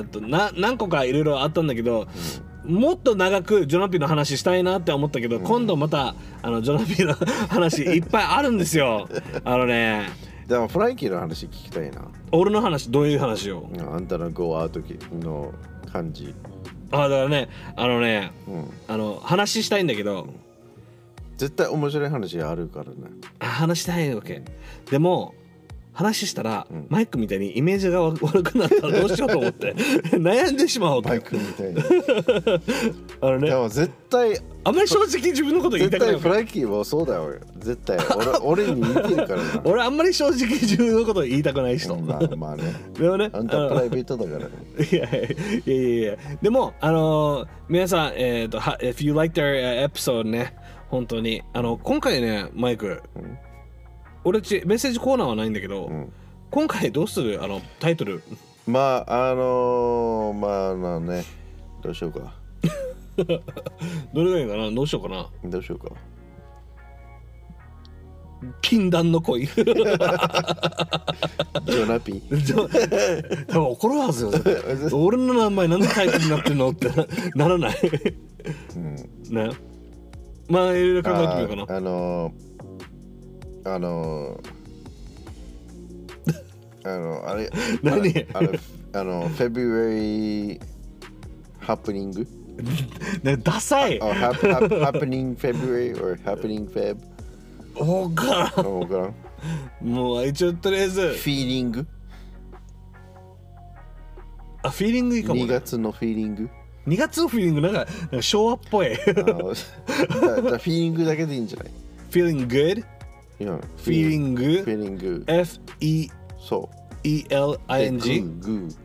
A: ー、とな何個かいろいろあったんだけど、もっと長くジョナピーの話したいなって思ったけど、今度またあのジョナピーの 話いっぱいあるんですよ。あのね
B: でもフランキーの話聞きたいな
A: 俺の話どういう話を
B: うんあんたのゴーアウトの感じ、
A: あだからねあのね
B: うん、
A: あの話したいんだけど
B: 絶対面白い話があるからね
A: あ話したいわけでも話したら、
B: うん
A: マイクみたいにイメージが悪悪くなったらどうしようと思って 悩んでしまおうと
B: バイクみたいな
A: あの
B: で
A: ね
B: も絶対
A: あんまり正直に自分の こと言い
B: 絶
A: たくないわ
B: 対フ
A: け
B: ランキーはそうだよ絶対 俺俺に似てるからな
A: 俺あんまり正直に自分のこと言いたくない人、
B: まあま あね
A: でもね
B: あん
A: あ
B: た
A: の
B: プライベートだからね
A: Yeah, yeah, yeah, yeah. でも、あのー皆さん、えーとは if you liked our uh, episode ね、本当に、あの、今回ね、マイク、
B: ん
A: 俺ちメッセージコーナーはないんだけど、
B: ん
A: 今回どうするあの、タイトル。
B: まああのー、まあまあねどうしようか
A: どれがいいかなどうしようかな
B: どうしようか
A: 禁断の恋
B: ジョナピー
A: じゃ多分怒るはずよ絶対俺の名前なんでタイトルになってんのってならない
B: うん
A: ねまあいろいろ考えてみようかな
B: ああのー、あのー、あのあれ
A: 何
B: あれあれあの February happening
A: ねダサい
B: or hap, hap, happening February or happening Feb
A: おっか
B: あわからん
A: もう一応とりあえず
B: feeling
A: あフィーリングいいかも、
B: 2
A: ね、
B: 月のフィーリング
A: 2月のフィーリングなんかなんか昭和っぽい
B: あーじゃあフィーリングだけでいいんじゃない
A: Feeling good
B: いや
A: フィーリン
B: フィー
A: グ
B: リング
A: F-E-E-L-I-N-G
B: そうでグーグー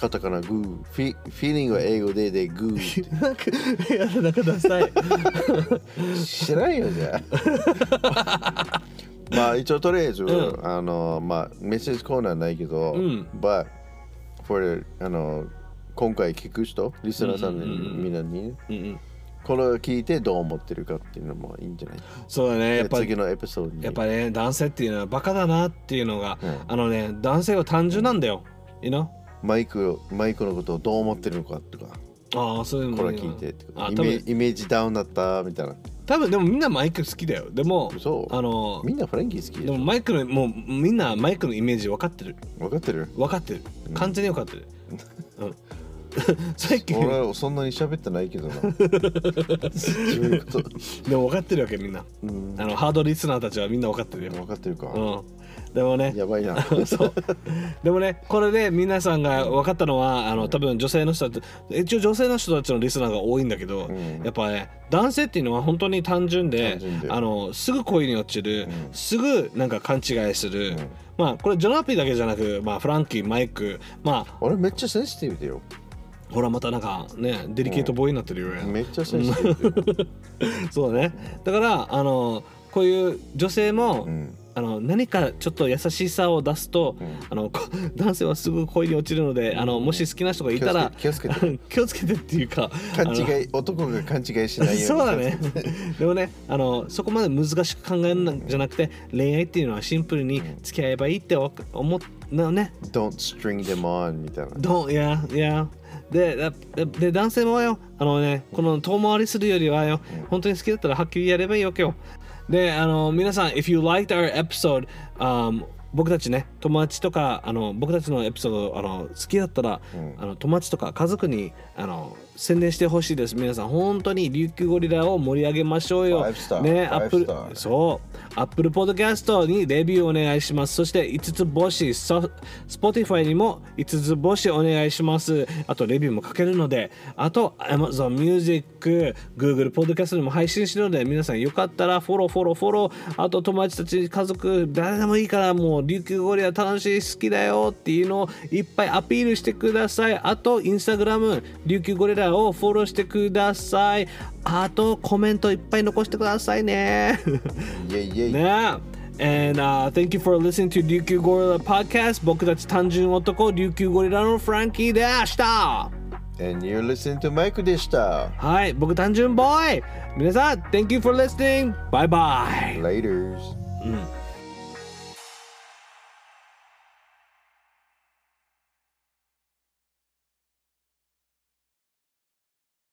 B: カタカナグーフィフィーリングは英語ででグーっ
A: なんかいやなんかダサい
B: て知らんよじゃあまあ一応とりあえず、
A: ん
B: あのまあメッセージコーナーないけど、
A: ん
B: but for あの今回聞く人リスナーさんに、
A: うんうんうんうん
B: みんなに
A: うんうん
B: これを聞いてどう思ってるかっていうのもいいんじゃない
A: そうだねやっぱ
B: 次のエピソードに
A: やっぱね男性っていうのはバカだなっていうのが、
B: うん
A: あのね男性は単純なんだよ、you know?
B: マイクマイクのことをどう思ってるのかとか
A: ああそういうの
B: これ聞いてってこと
A: あ
B: イ
A: 多
B: メ
A: 分
B: イメージダウンだったみたいな
A: 多分でもみんなマイク好きだよでも
B: そう
A: あの
B: みんなフランキー好きで
A: で
B: しょ
A: もマイクのもうみんなマイクのイメージ分かってる
B: 分か ってる
A: 分かってる
B: うん
A: 完全に分かってる、うん 最近
B: 俺はそんなに喋ってない けどな自分のこと
A: でも分かってるわけみんな
B: うん
A: あのハードリスナーたちはみんな分かってるよ、
B: 分かってるか、
A: うん、でもね
B: や ばいな
A: そうでもねこれで皆さんが分かったのはあの多分女性の人たち一応女性の人たちのリスナーが多いんだけど、
B: うん
A: やっぱね男性っていうのは本当に単純で
B: 単純で
A: あのすぐ恋に落ちる、
B: うん
A: すぐなんか勘違いする、
B: ん
A: まあこれジョナピーだけじゃなく、まあ、フランキーマイクまあ
B: 俺めっちゃセンシティブだよ
A: ほらまたなんかねデリケートボーイになってるよ、俺
B: めっちゃセンシ ティブだよ、
A: そうだねだからあのこういう女性も、
B: うん
A: あの何かちょっと優しさを出すと、
B: うん
A: あのこ男性はすぐ恋に落ちるので、あのもし好きな人がいたら
B: 気をつけて気をつ
A: 気をつけてっていうか
B: 勘違い男が勘違いし
A: あの
B: ないように
A: そうだね でもねあのそこまで難しく考えるんじゃなくて恋愛っていうのはシンプルに付き合えばいいって思思うのね
B: Don't string them on みたいな
A: どういやいやでだでで男性もよあのねこの遠回りするよりはよ本当に好きだったらはっきりやればいいわけよであの皆さん if you liked our episode、um, 僕たちね友達とかあの僕たちのエピソードあの好きだったら
B: うん
A: あの友達とか家族にあの宣伝してほしいです皆さん本当に琉球ゴリラを盛り上げましょうよ
B: Five star
A: ね
B: Five
A: アップル
B: star
A: そうアップルポッドキャストにレビューお願いしますそして5つ星ソ Spotify にも5つ星お願いしますあとレビューも書けるのであと Amazon Music Google ポッドキャストにも配信してるので皆さんよかったらフォローフォローフォローあと友達たち家族誰でもいいからもう琉球ゴリラ楽しい好きだよっていうのをいっぱいアピールしてくださいあと Instagram 琉球ゴリラをフォローしてくださいあとコメントいっぱい残してくださいね
B: イエイイエイ。
A: ね And uh, thank you for listening to 琉球ゴリラ Podcast 僕たち単純男琉球ゴリラのフランキーでした
B: And you're listening to Mike でした。
A: はい僕単純ボーイ皆さん Thank you for listening バイバイ
B: Laters.
A: うん